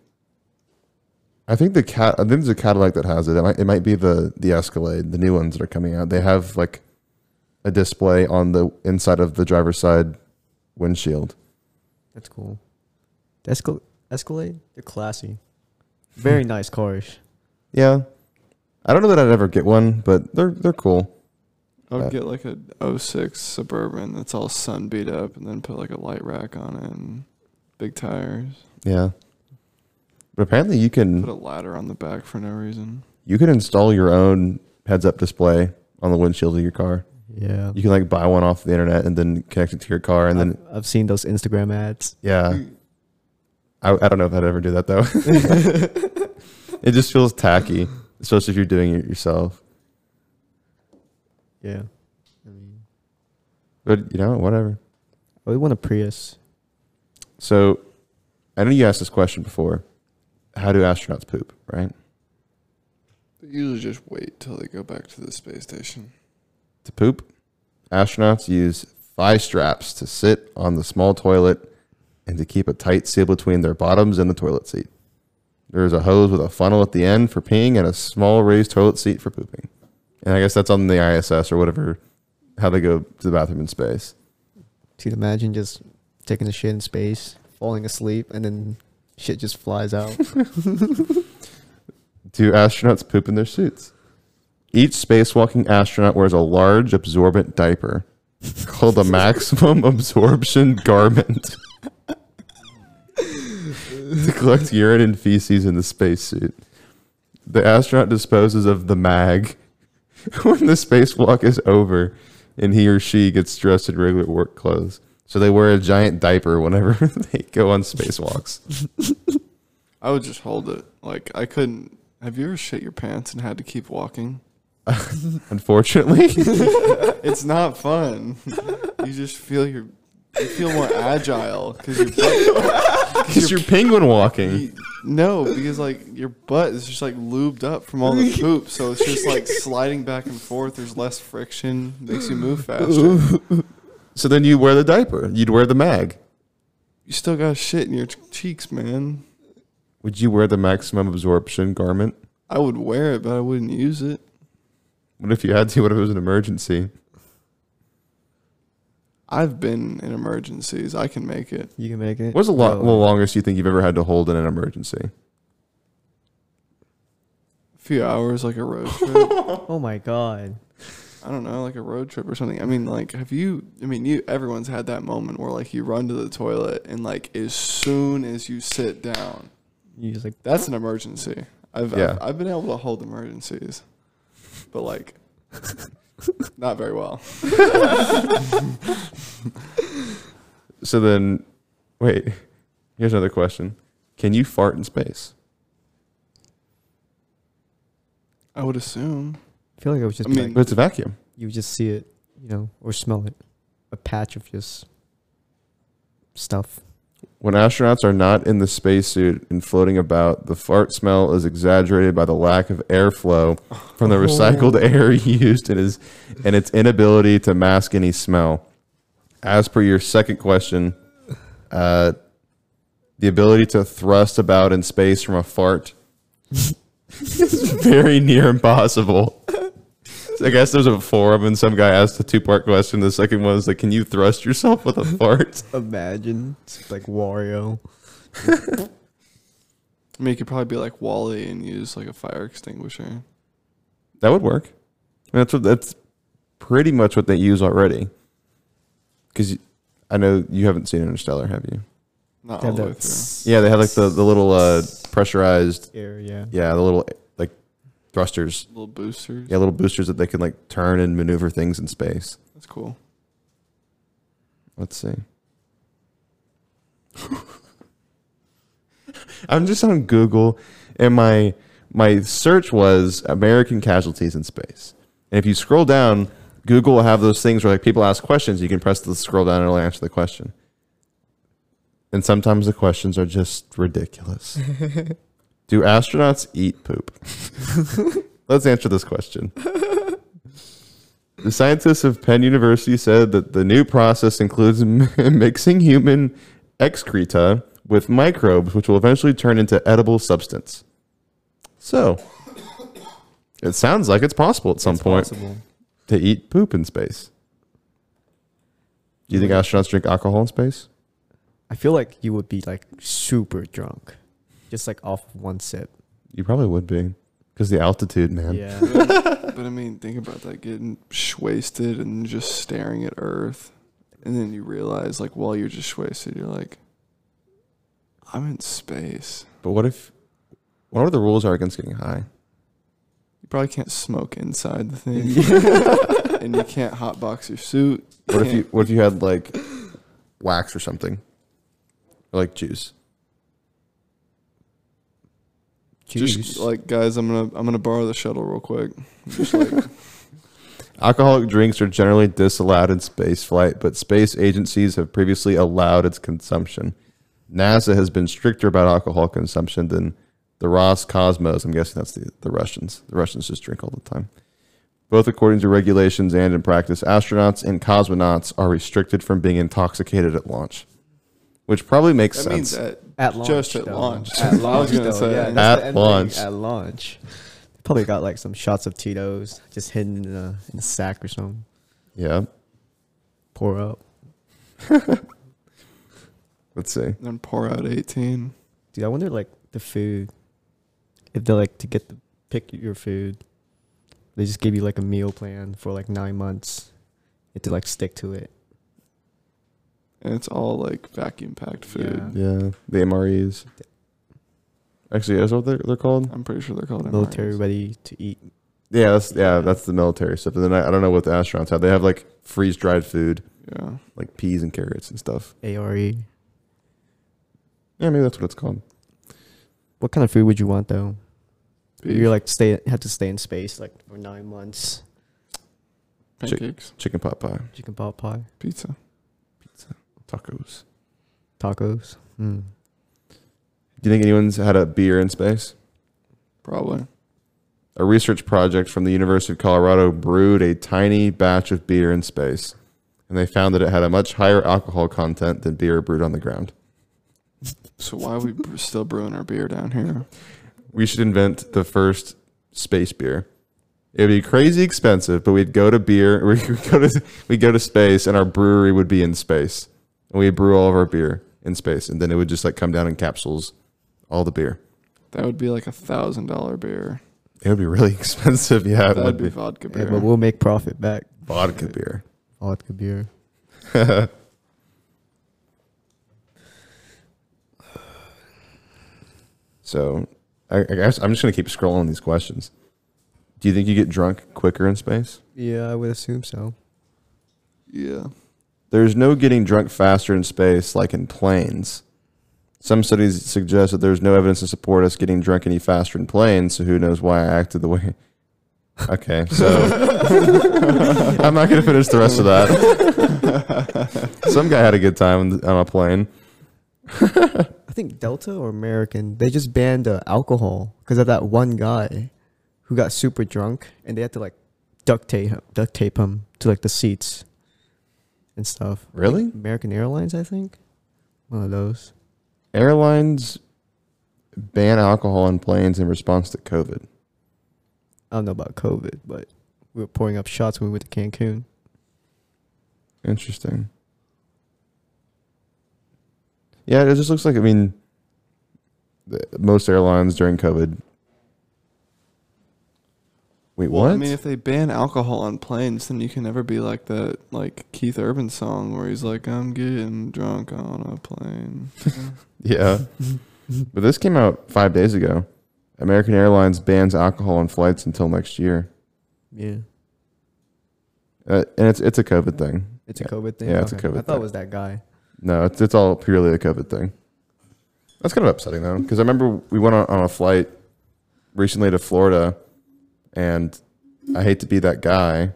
B: I think the cat. I think there's a Cadillac that has it. It might. It might be the the Escalade, the new ones that are coming out. They have like a display on the inside of the driver's side windshield.
C: That's cool. The Escal- Escalade, they're classy. Very nice cars.
B: Yeah, I don't know that I'd ever get one, but they're they're cool.
A: I would
B: Uh,
A: get like a 06 Suburban that's all sun beat up and then put like a light rack on it and big tires.
B: Yeah, but apparently you can
A: Put a ladder on the back for no reason.
B: you can install your own heads up display on the windshield of your car.
C: Yeah.
B: You can like buy one off the internet and then connect it to your car, and then
C: I've, I've seen those Instagram ads.
B: Yeah. I, I don't know if I'd ever do that though. it just feels tacky, especially if you're doing it yourself.
C: Yeah. I mean,
B: But you know, whatever.
C: I would want a Prius.
B: So I know you asked this question before. How do astronauts poop, right?
A: They usually just wait till they go back to the space station.
B: To poop, astronauts use thigh straps to sit on the small toilet and to keep a tight seal between their bottoms and the toilet seat. There is a hose with a funnel at the end for peeing and a small raised toilet seat for pooping. And I guess that's on the ISS or whatever, how they go to the bathroom in space.
C: Dude, imagine just taking a shit in space, falling asleep, and then shit just flies out.
B: Do astronauts poop in their suits? Each spacewalking astronaut wears a large absorbent diaper called a maximum absorption garment to collect urine and feces in the spacesuit. The astronaut disposes of the mag when the spacewalk is over and he or she gets dressed in regular work clothes. So they wear a giant diaper whenever they go on spacewalks.
A: I would just hold it. Like I couldn't. Have you ever shit your pants and had to keep walking?
B: Unfortunately.
A: It's not fun. you just feel your. You feel more agile because your butt.
B: Because you're penguin walking.
A: you- no, because like your butt is just like lubed up from all the poop, so it's just like sliding back and forth. There's less friction, makes you move faster.
B: So then you wear the diaper. You'd wear the mag.
A: You still got shit in your ch- cheeks, man.
B: Would you wear the maximum absorption garment?
A: I would wear it, but I wouldn't use it.
B: What if you had to? What if it was an emergency?
A: I've been in emergencies. I can make it.
C: you can make it.
B: What's the lo-
C: Oh,
B: the longest you think you've ever had to hold in an emergency?
A: A few hours, like a road trip.
C: oh my god.
A: I don't know, like a road trip or something. I mean, like, have you? I mean, you. Everyone's had that moment where like you run to the toilet and like as soon as you sit down,
C: You just like
A: that's an emergency. I've
B: Yeah.
A: I've, I've been able to hold emergencies, but like, not very well.
B: So then, wait. Here's another question: Can you fart in space?
A: I would assume.
C: I feel like I was just
A: I
C: be
A: mean-
C: like
B: But it's a vacuum.
C: you just see it, you know, or smell it. A patch of just stuff.
B: When astronauts are not in the spacesuit and floating about, the fart smell is exaggerated by the lack of airflow from the
C: Oh.
B: recycled air used and, is, and its inability to mask any smell. As per your second question, uh, the ability to thrust about in space from a fart is very near impossible. So I guess there's a forum and some guy asked a two part question. The second one is like, can you thrust yourself with a fart?
C: Imagine it's like Wario.
A: I mean, you could probably be like Wally and use like a fire extinguisher.
B: That would work. And that's what, that's pretty much what they use already. Because I know you haven't seen Interstellar, have you?
A: Not
C: They
A: all
C: have
A: the way
C: that
A: through.
B: Yeah, they have like the the little uh, pressurized.
C: air, yeah.
B: Yeah, the little like thrusters.
A: Little boosters.
B: Yeah, little boosters that they can like turn and maneuver things in space.
A: That's cool.
B: Let's see. I'm just on Google, and my my search was American casualties in space. And if you scroll down, Google will have those things where like people ask questions. You can press the scroll down, and it'll answer the question. And sometimes the questions are just ridiculous. Do astronauts eat poop? Let's answer this question. The scientists of Penn University said that the new process includes m- mixing human excreta with microbes, which will eventually turn into edible substance. So, it sounds like it's possible at some
C: It's
B: point
C: possible.
B: to eat poop in space. Do you think
C: Hmm.
B: astronauts drink alcohol in space?
C: I feel like you would be like super drunk. Just like off of one sip.
B: You probably would be, because the altitude, man.
C: Yeah.
A: But I mean, think about that getting sh- wasted and just staring at Earth, and then you realize, like, while you're just wasted, you're like, I'm in space.
B: But what if? What are the rules are against getting high?
A: You probably can't smoke inside the thing, and you can't hotbox your suit.
B: What if you? What if you had like wax or something, or like juice?
C: Juice.
A: Just like guys, I'm gonna I'm gonna borrow the shuttle real quick. Just like
B: Alcoholic drinks are generally disallowed in space flight, but space agencies have previously allowed its consumption. NASA has been stricter about alcohol consumption than the Roscosmos. I'm guessing that's the, the Russians. The Russians just drink all the time. Both according to regulations and in practice, astronauts and cosmonauts are restricted from being intoxicated at launch, which probably
A: that
B: makes sense.
A: means that
C: at launch.
A: just at
C: though.
A: launch. I
C: At
A: was
C: launch.
A: gonna
C: though,
A: say.
C: yeah, that's
B: At
C: the end thing,
B: launch.
C: At launch. Probably got like some shots of Tito's just hidden in a, in a sack or something.
B: yeah.
C: Pour up.
B: Let's see.
A: then pour out 18.
C: Dude, I wonder like the food. If they like to get the pick your food, they just give you like a meal plan for like nine months. You have to like stick to it.
A: And it's all like vacuum packed food.
C: Yeah.
B: Yeah. The MREs. Actually, is that what they're, they're called?
A: I'm pretty sure they're called
C: Military
A: MREs.
C: ready to eat.
B: Yeah, that's yeah, that's the military stuff. And then I, I don't know what the astronauts have. They have like freeze dried food,
A: Yeah.
B: like peas and carrots and stuff.
C: ARE.
B: Yeah, maybe that's what it's called.
C: What kind of food would you want though?
A: Beef,
C: You're like stay have to stay in space like for nine months.
B: chick-
A: pancakes,
B: Chicken pot pie,
C: Chicken pot pie,
A: pizza.
B: tacos.
C: tacos. Mm.
B: Do you think anyone's had a beer in space?
A: Probably.
B: A research project from the University of Colorado brewed a tiny batch of beer in space, and they found that it had a much higher alcohol content than beer brewed on the ground.
A: So why are we bre- still brewing our beer down here?
B: We should invent the first space beer. It would be crazy expensive, but we'd go to beer, we'd go to, we'd go to space, and our brewery would be in space. And we'd brew all of our beer in space, and then it would just like come down in capsules, all the beer.
A: That would be like a thousand dollar beer.
B: It would be really expensive. Yeah, it
A: That'd
B: would
A: be,
B: be
A: vodka
C: Yeah,
A: beer.
C: but we'll make profit back.
B: vodka beer.
C: Vodka beer.
B: so, I, I guess I'm just gonna keep scrolling these questions. Do you think you get drunk quicker in space?
C: Yeah, I would assume so.
A: yeah.
B: There's no getting drunk faster in space like in planes. Some studies suggest that there's no evidence to support us getting drunk any faster in planes, so who knows why I acted the way. Okay, so I'm not going to finish the rest of that. Some guy had a good time on a plane.
C: I think Delta or American, they just banned uh, alcohol because of that one guy who got super drunk and they had to like duct tape him, duct tape him to like the seats and stuff.
B: Really?
C: American Airlines, I think. One of those.
B: Airlines ban alcohol on planes in response to COVID.
C: I don't know about COVID, but we were pouring up shots when we went to Cancun.
B: Interesting. Yeah, it just looks like I mean, the- most airlines during COVID. Wait,
A: Well,
B: what?
A: I mean, if they ban alcohol on planes, then you can never be like that, like Keith Urban song where he's like, "I'm getting drunk on a plane."
B: yeah, but this came out five days ago. American Airlines bans alcohol on flights until next year,
C: Yeah.
B: uh, and it's it's a COVID thing.
C: It's a COVID thing.
B: Yeah, it's a
C: I
B: COVID
C: thought it
B: thing.
C: was that guy.
B: No, it's, it's all purely a COVID thing. That's kind of upsetting though, because I remember we went on, on a flight recently to Florida, and I hate to be that guy,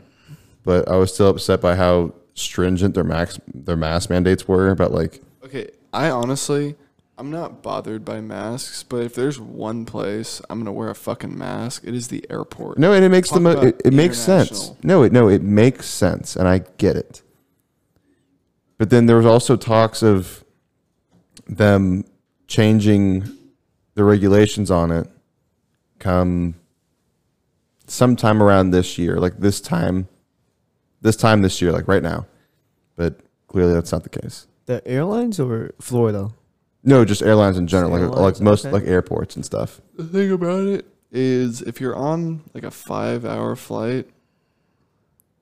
B: but I was still upset by how stringent their max their mask mandates were about like
A: okay, I honestly, I'm not bothered by masks, but if there's one place I'm gonna wear a fucking mask, it is the airport.
B: no, and it makes the
A: Talk
B: mo-
A: about
B: it, it makes sense.
A: international.
B: No, it no, it makes sense, and I get it. But then there was also talks of them changing the regulations on it come sometime around this year, like this time, this time this year, like right now. But clearly, that's not the case.
C: The airlines or Florida?
B: No, just airlines in general, like,
C: Airlines,
B: like most
C: okay.
B: like airports and stuff.
A: The thing about it is, if you're on like a five-hour flight,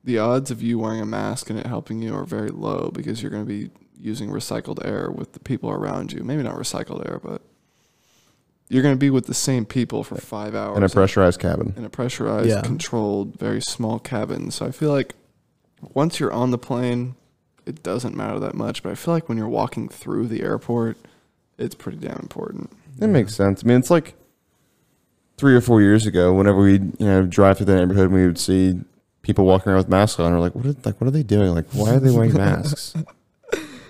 A: the odds of you wearing a mask and it helping you are very low because you're gonna be using recycled air with the people around you. Maybe not recycled air, but you're gonna be with the same people for five hours
B: In a pressurized cabin,
A: in a pressurized,
C: Yeah.
A: controlled, very small cabin. So I feel like once you're on the plane, it doesn't matter that much. But I feel like when you're walking through the airport, it's pretty damn important.
B: It makes sense. I mean, it's like three or four years ago, whenever we you know drive through the neighborhood, and we would see people walking around with masks on. We're like, what? Are, like, what are they doing? Like, why are they wearing masks?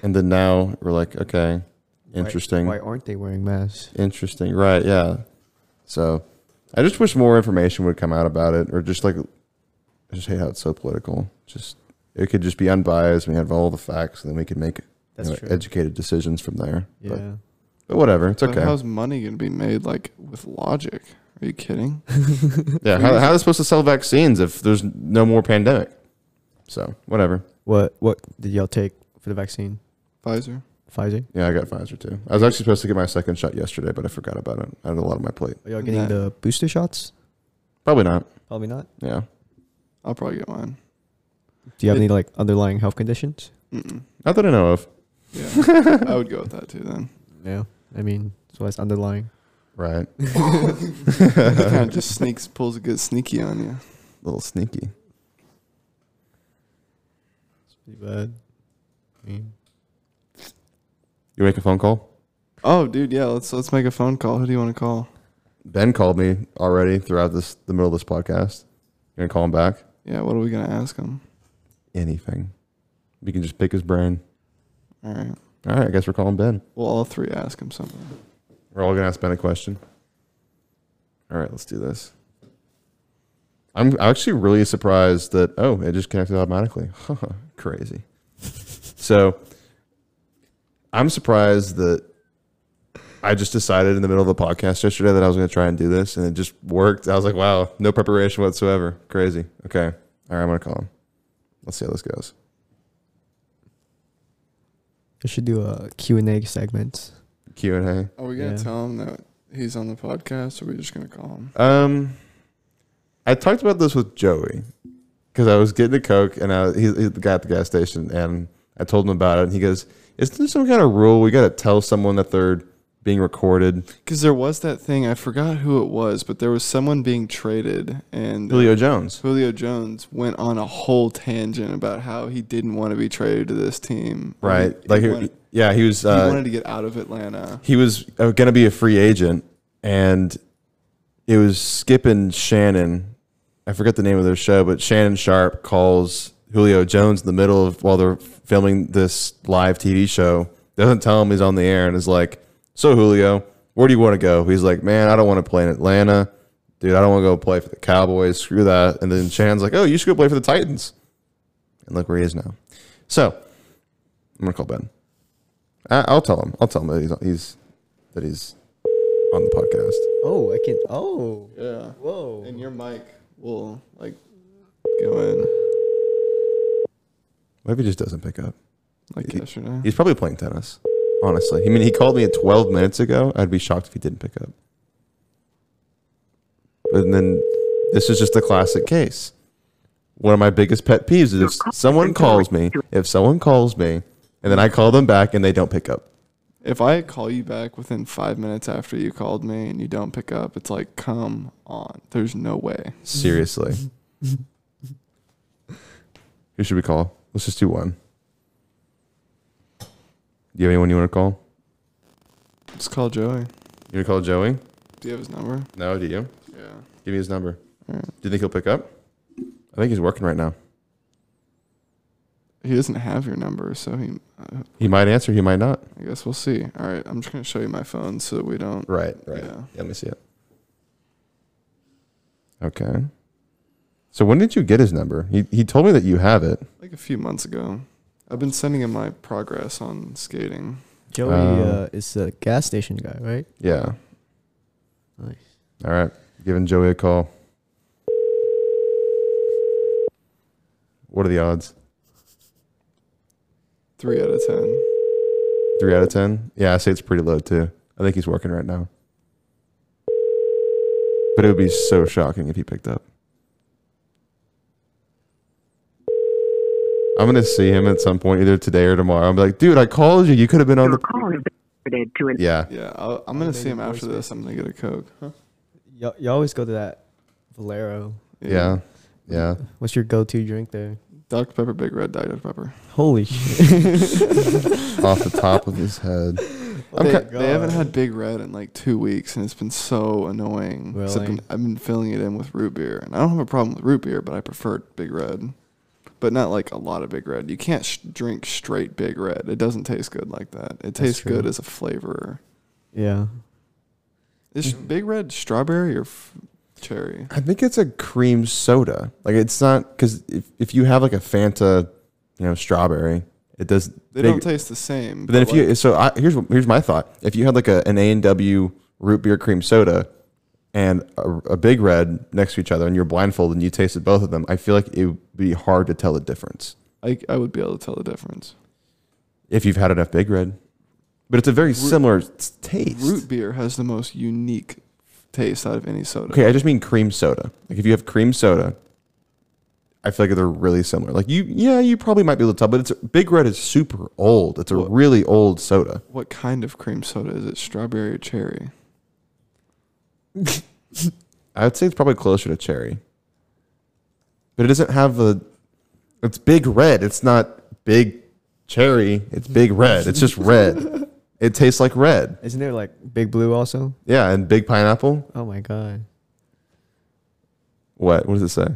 B: and then now we're like, okay, interesting,
C: Why, why aren't they wearing masks?
B: interesting, right? Yeah. So, I just wish more information would come out about it, or just like, I just hate how it's so political. Just it could just be unbiased. We have all the facts, and then we could make you
C: That's
B: know,
C: true.
B: educated decisions from there.
C: yeah.
B: But, but whatever, it's
A: But
B: okay.
A: how's money going to be made like with logic? Are you kidding?
B: Yeah, how, how are they supposed to sell vaccines if there's no more pandemic? So whatever.
C: What what did y'all take for the vaccine?
A: Pfizer?
C: Pfizer?
B: Yeah, I got Pfizer too. I was actually supposed to get my second shot yesterday, but I forgot about it. I had a lot on my plate.
C: Are y'all getting
A: Nah.
C: the booster shots?
B: Probably not.
C: Probably not.
B: Yeah,
A: I'll probably get mine.
C: Do you have
A: It-
C: any like underlying health conditions?
A: Mm-mm.
B: not that I know of.
A: Yeah, I would go with that too then.
C: No. I mean, so it's underlying.
B: Right,
A: kind of just sneaks, pulls a good sneaky on you.
B: a little sneaky.
C: Pretty bad. I mean,
B: You make a phone call.
A: Oh, dude, yeah. Let's let's make a phone call. Who do you want to call?
B: Ben called me already throughout this the middle of this podcast. You gonna call him back?
A: Yeah. What are we gonna ask him?
B: Anything. We can just pick his brain.
A: All right.
B: All right, I guess we're calling Ben.
A: We'll all three ask him something.
B: We're all gonna ask Ben a question. All right, let's do this. I'm actually really surprised that oh, it just connected automatically. Crazy. so I'm surprised that I just decided in the middle of the podcast yesterday that I was gonna try and do this and it just worked. I was like, wow, no preparation whatsoever. Crazy. Okay. All right, I'm gonna call him. Let's see how this goes.
C: I should do a Q&A segment.
B: Q and
A: Are we gonna
C: Yeah.
A: tell him that he's on the podcast, or are we just gonna call him?
B: A. Um I talked about this with Joey because I was getting a Coke and I, he, he, the guy at the gas station, and I told him about it. And he goes, Isn't there some kind of rule we got to tell someone that they're being recorded?
A: Because there was that thing, I forgot who it was, but there was someone being traded, and uh,
B: Julio Jones.
A: Julio Jones went on a whole tangent about how he didn't want to be traded to this team. Or
B: Right.
A: he- he
B: Like,
A: wanted-
B: yeah, he was.
A: he
B: Uh,
A: wanted to get out of Atlanta.
B: he was going to be a free agent, and it was Skip and Shannon. I forget the name of their show, but Shannon Sharp calls Julio Jones in the middle of while they're filming this live TV show. Doesn't tell him he's on the air and is like, "So Julio, where do you want to go?" He's like, "Man, I don't want to play in Atlanta, dude. I don't want to go play for the Cowboys. Screw that." And then Shannon's like, "Oh, you should go play for the Titans." And look where he is now. So I'm gonna call Ben. I, I'll tell him. I'll tell him that he's, he's that he's on the podcast.
C: Oh, I can. Oh,
A: Yeah.
C: whoa.
A: And your mic will like go in
B: Maybe he just doesn't pick up.
A: like
B: He-
A: yesterday.
B: He's probably playing tennis. Honestly, I mean, he called me 12 minutes ago. I'd be shocked if he didn't pick up. And then this is just a classic case. One of my biggest pet peeves is if someone calls me, if someone calls me, and then I call them back and they don't pick up.
A: If I call you back within five minutes after you called me and you don't pick up, it's like, come on. There's no way.
B: Seriously. Who should we call? Let's just do one. Do you have anyone you want to call?
A: Just call Joey.
B: You want to call Joey?
A: Do you have his number?
B: No, do you?
A: Yeah.
B: Give me his number.
A: All right.
B: Do you think he'll pick up? I think he's working right now.
A: He doesn't have your number, so he. Uh,
B: He might answer, he might not.
A: I guess we'll see. All right, I'm just gonna show you my phone so that we don't.
B: Right,
A: Yeah.
B: let me see it. Okay. So when did you get his number? He, he told me that you have it.
A: Like a few months ago, I've been sending him my progress on skating.
C: Joey
B: Oh.
C: uh, is a gas station guy, right?
B: Yeah.
C: Nice.
B: All right. Giving Joey a call. What are the odds?
A: Three out of ten.
B: Three out of ten? Yeah, I say it's pretty low too. I think he's working right now. But it would be so shocking if he picked up. I'm gonna see him at some point, either today or tomorrow. I'm like, dude, I called you. You could have been on
D: Your
B: the
D: call has been forwarded to an
B: Yeah.
A: Yeah, I'll, I'm gonna
C: Maybe
A: see him after
C: voicemail.
A: this. I'm gonna get a coke. Huh?
C: You, you always go to that Valero.
B: Yeah. Yeah.
C: What's your go-to drink there?
A: Dr Pepper, Big Red, Diet Dr Pepper.
C: Holy shit!
B: Off the top of his head.
A: I'm
C: my
A: ki- they haven't
C: God.
A: had Big Red in like two weeks, and it's been so annoying. 'Cause I've,
C: Really?
A: been, I've been filling it in with root beer, and I don't have a problem with root beer, but I prefer Big Red, but not like a lot of Big Red. You can't sh- drink straight Big Red; it doesn't taste good like that. It tastes good
C: true.
A: as a flavor.
C: Yeah.
A: Is
C: Mm-hmm.
A: Big Red strawberry or f- cherry?
B: I think it's a cream soda. Like it's not because if, if you have like a Fanta, you know, strawberry, it does.
A: They
B: big-
A: don't taste the same.
B: But then if you so I, here's here's my thought. If you had like a, an A and W root beer cream soda and a, a big red next to each other, and you're blindfolded and you tasted both of them, I feel like it would be hard to tell the difference
A: like, I, I would be able to tell the difference.
B: if you've had enough big red. But it's a very similar s- taste.
A: Root beer has the most unique taste out of any soda.
B: Okay, I just mean cream soda. Like if you have cream soda, I feel like they're really similar. Like you, yeah, you probably might be able to tell, but it's Big Red is super old. It's a
A: Well-
B: really old soda.
A: What kind of cream soda is it? Strawberry or cherry?
B: I would say it's probably closer to cherry, but it doesn't have a. It's Big Red. It's not Big Cherry. It's Big Red. It's just red. It tastes like red.
C: Isn't there like Big Blue also?
B: Yeah, and Big Pineapple.
C: Oh my god.
B: What? What does it say?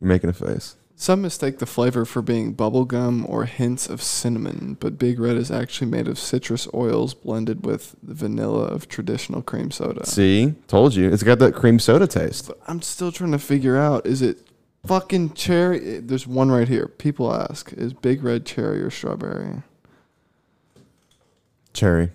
B: You're making a face.
A: Some mistake the flavor for being bubblegum or hints of cinnamon, but Big Red is actually made of citrus oils blended with the vanilla of traditional cream soda.
B: See, told you. It's got that cream soda taste.
A: But I'm still trying to figure out is it fucking cherry? eh, There's one right here. People ask is Big Red cherry or strawberry?
B: Cherry.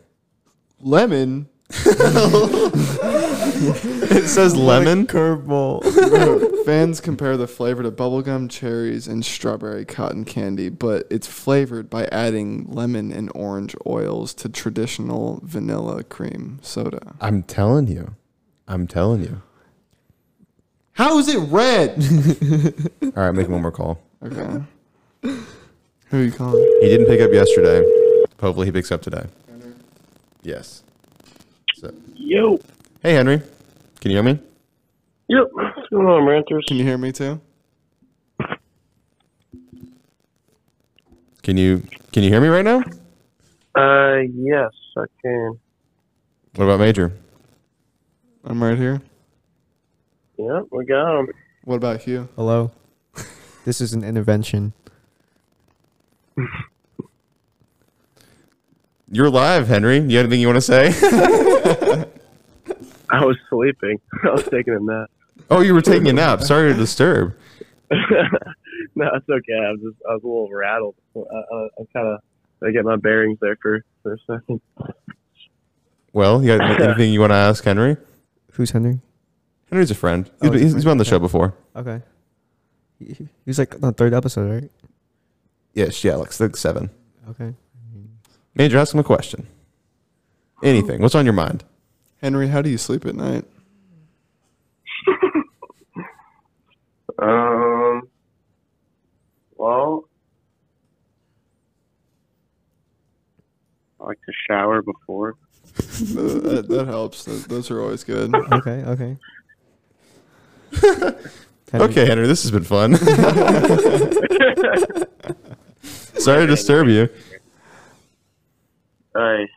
A: Lemon?
B: It says lemon.
C: Curveball.
A: Fans compare the flavor to bubblegum, cherries, and strawberry cotton candy, but it's flavored by adding lemon and orange oils to traditional vanilla cream soda.
B: I'm telling you. I'm telling you.
A: How is it red?
B: All right, make one more call.
A: okay. Who are you calling?
B: He didn't pick up yesterday. Hopefully, he picks up today. Yes. So-
D: Yo.
B: hey, Henry. Can you hear me?
D: Yep. What's going on, ranters?
A: Can you hear me too?
B: Can you can you hear me right now?
D: Uh, yes, I can.
B: What about Major?
A: I'm right here.
D: Yep, we got him.
A: What about Hugh?
C: Hello. this is an intervention.
B: You're live, Henry. You have anything you want to say?
D: I was sleeping. I was taking a nap.
B: oh, you were taking a nap. Sorry to disturb.
D: no, it's okay. I was just, I was a little rattled. I, I, I kind of, I get my bearings there for, for a second.
B: Well, you got anything you want to ask Henry?
C: Who's Henry?
B: Henry's a friend.
C: Oh,
B: He's,
C: he's a
B: he's, he's been on the
C: friend.
B: show before.
C: Okay. He, he was like on the third episode, right?
B: Yes, yeah, like six, seven.
C: Okay.
B: Major, ask him a question. Anything. What's on your mind?
A: Henry, how do you sleep at night?
D: Um, well, I like to shower before.
A: Uh, that, that helps. Th- Those are always good.
C: Okay. Okay. Henry,
B: Okay, Henry, this has been fun. Sorry to disturb you.
D: All right.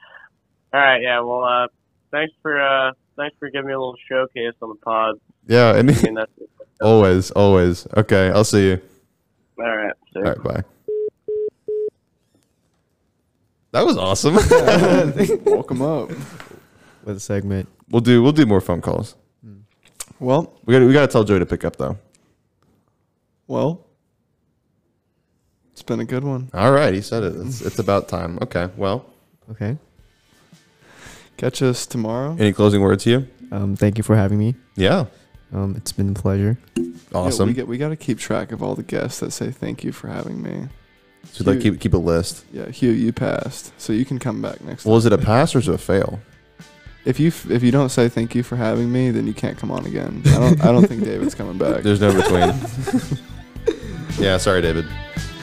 D: All right. Yeah. Well, uh, thanks for, uh, thanks for giving me a little showcase on the pod.
B: Yeah,
D: I mean,
B: and
D: that's
B: always, always. Okay, I'll see you.
D: all right. So,
B: All right, bye. That was awesome.
A: Woke him up.
C: With a segment.
B: we'll do we'll do more phone calls.
A: Well,
B: We got to we got to tell Joey to pick up though.
A: well, it's been a good one.
B: All right, he said it. It's, it's about time. Okay, well,
C: Okay.
A: Catch us tomorrow.
B: any closing words to you?
C: Um, thank you for having me.
B: Yeah,
C: Um, it's been a pleasure.
A: Yeah,
B: awesome.
A: we get we got to keep track of all the guests that say thank you for having me.
B: so like keep keep a list.
A: Yeah, Hugh, you passed, so you can come back next.
B: Well,
A: time.
B: is it a pass or is it a fail?
A: If you if you don't say thank you for having me, then you can't come on again. I don't I don't think David's coming back.
B: There's no between. yeah, sorry, David.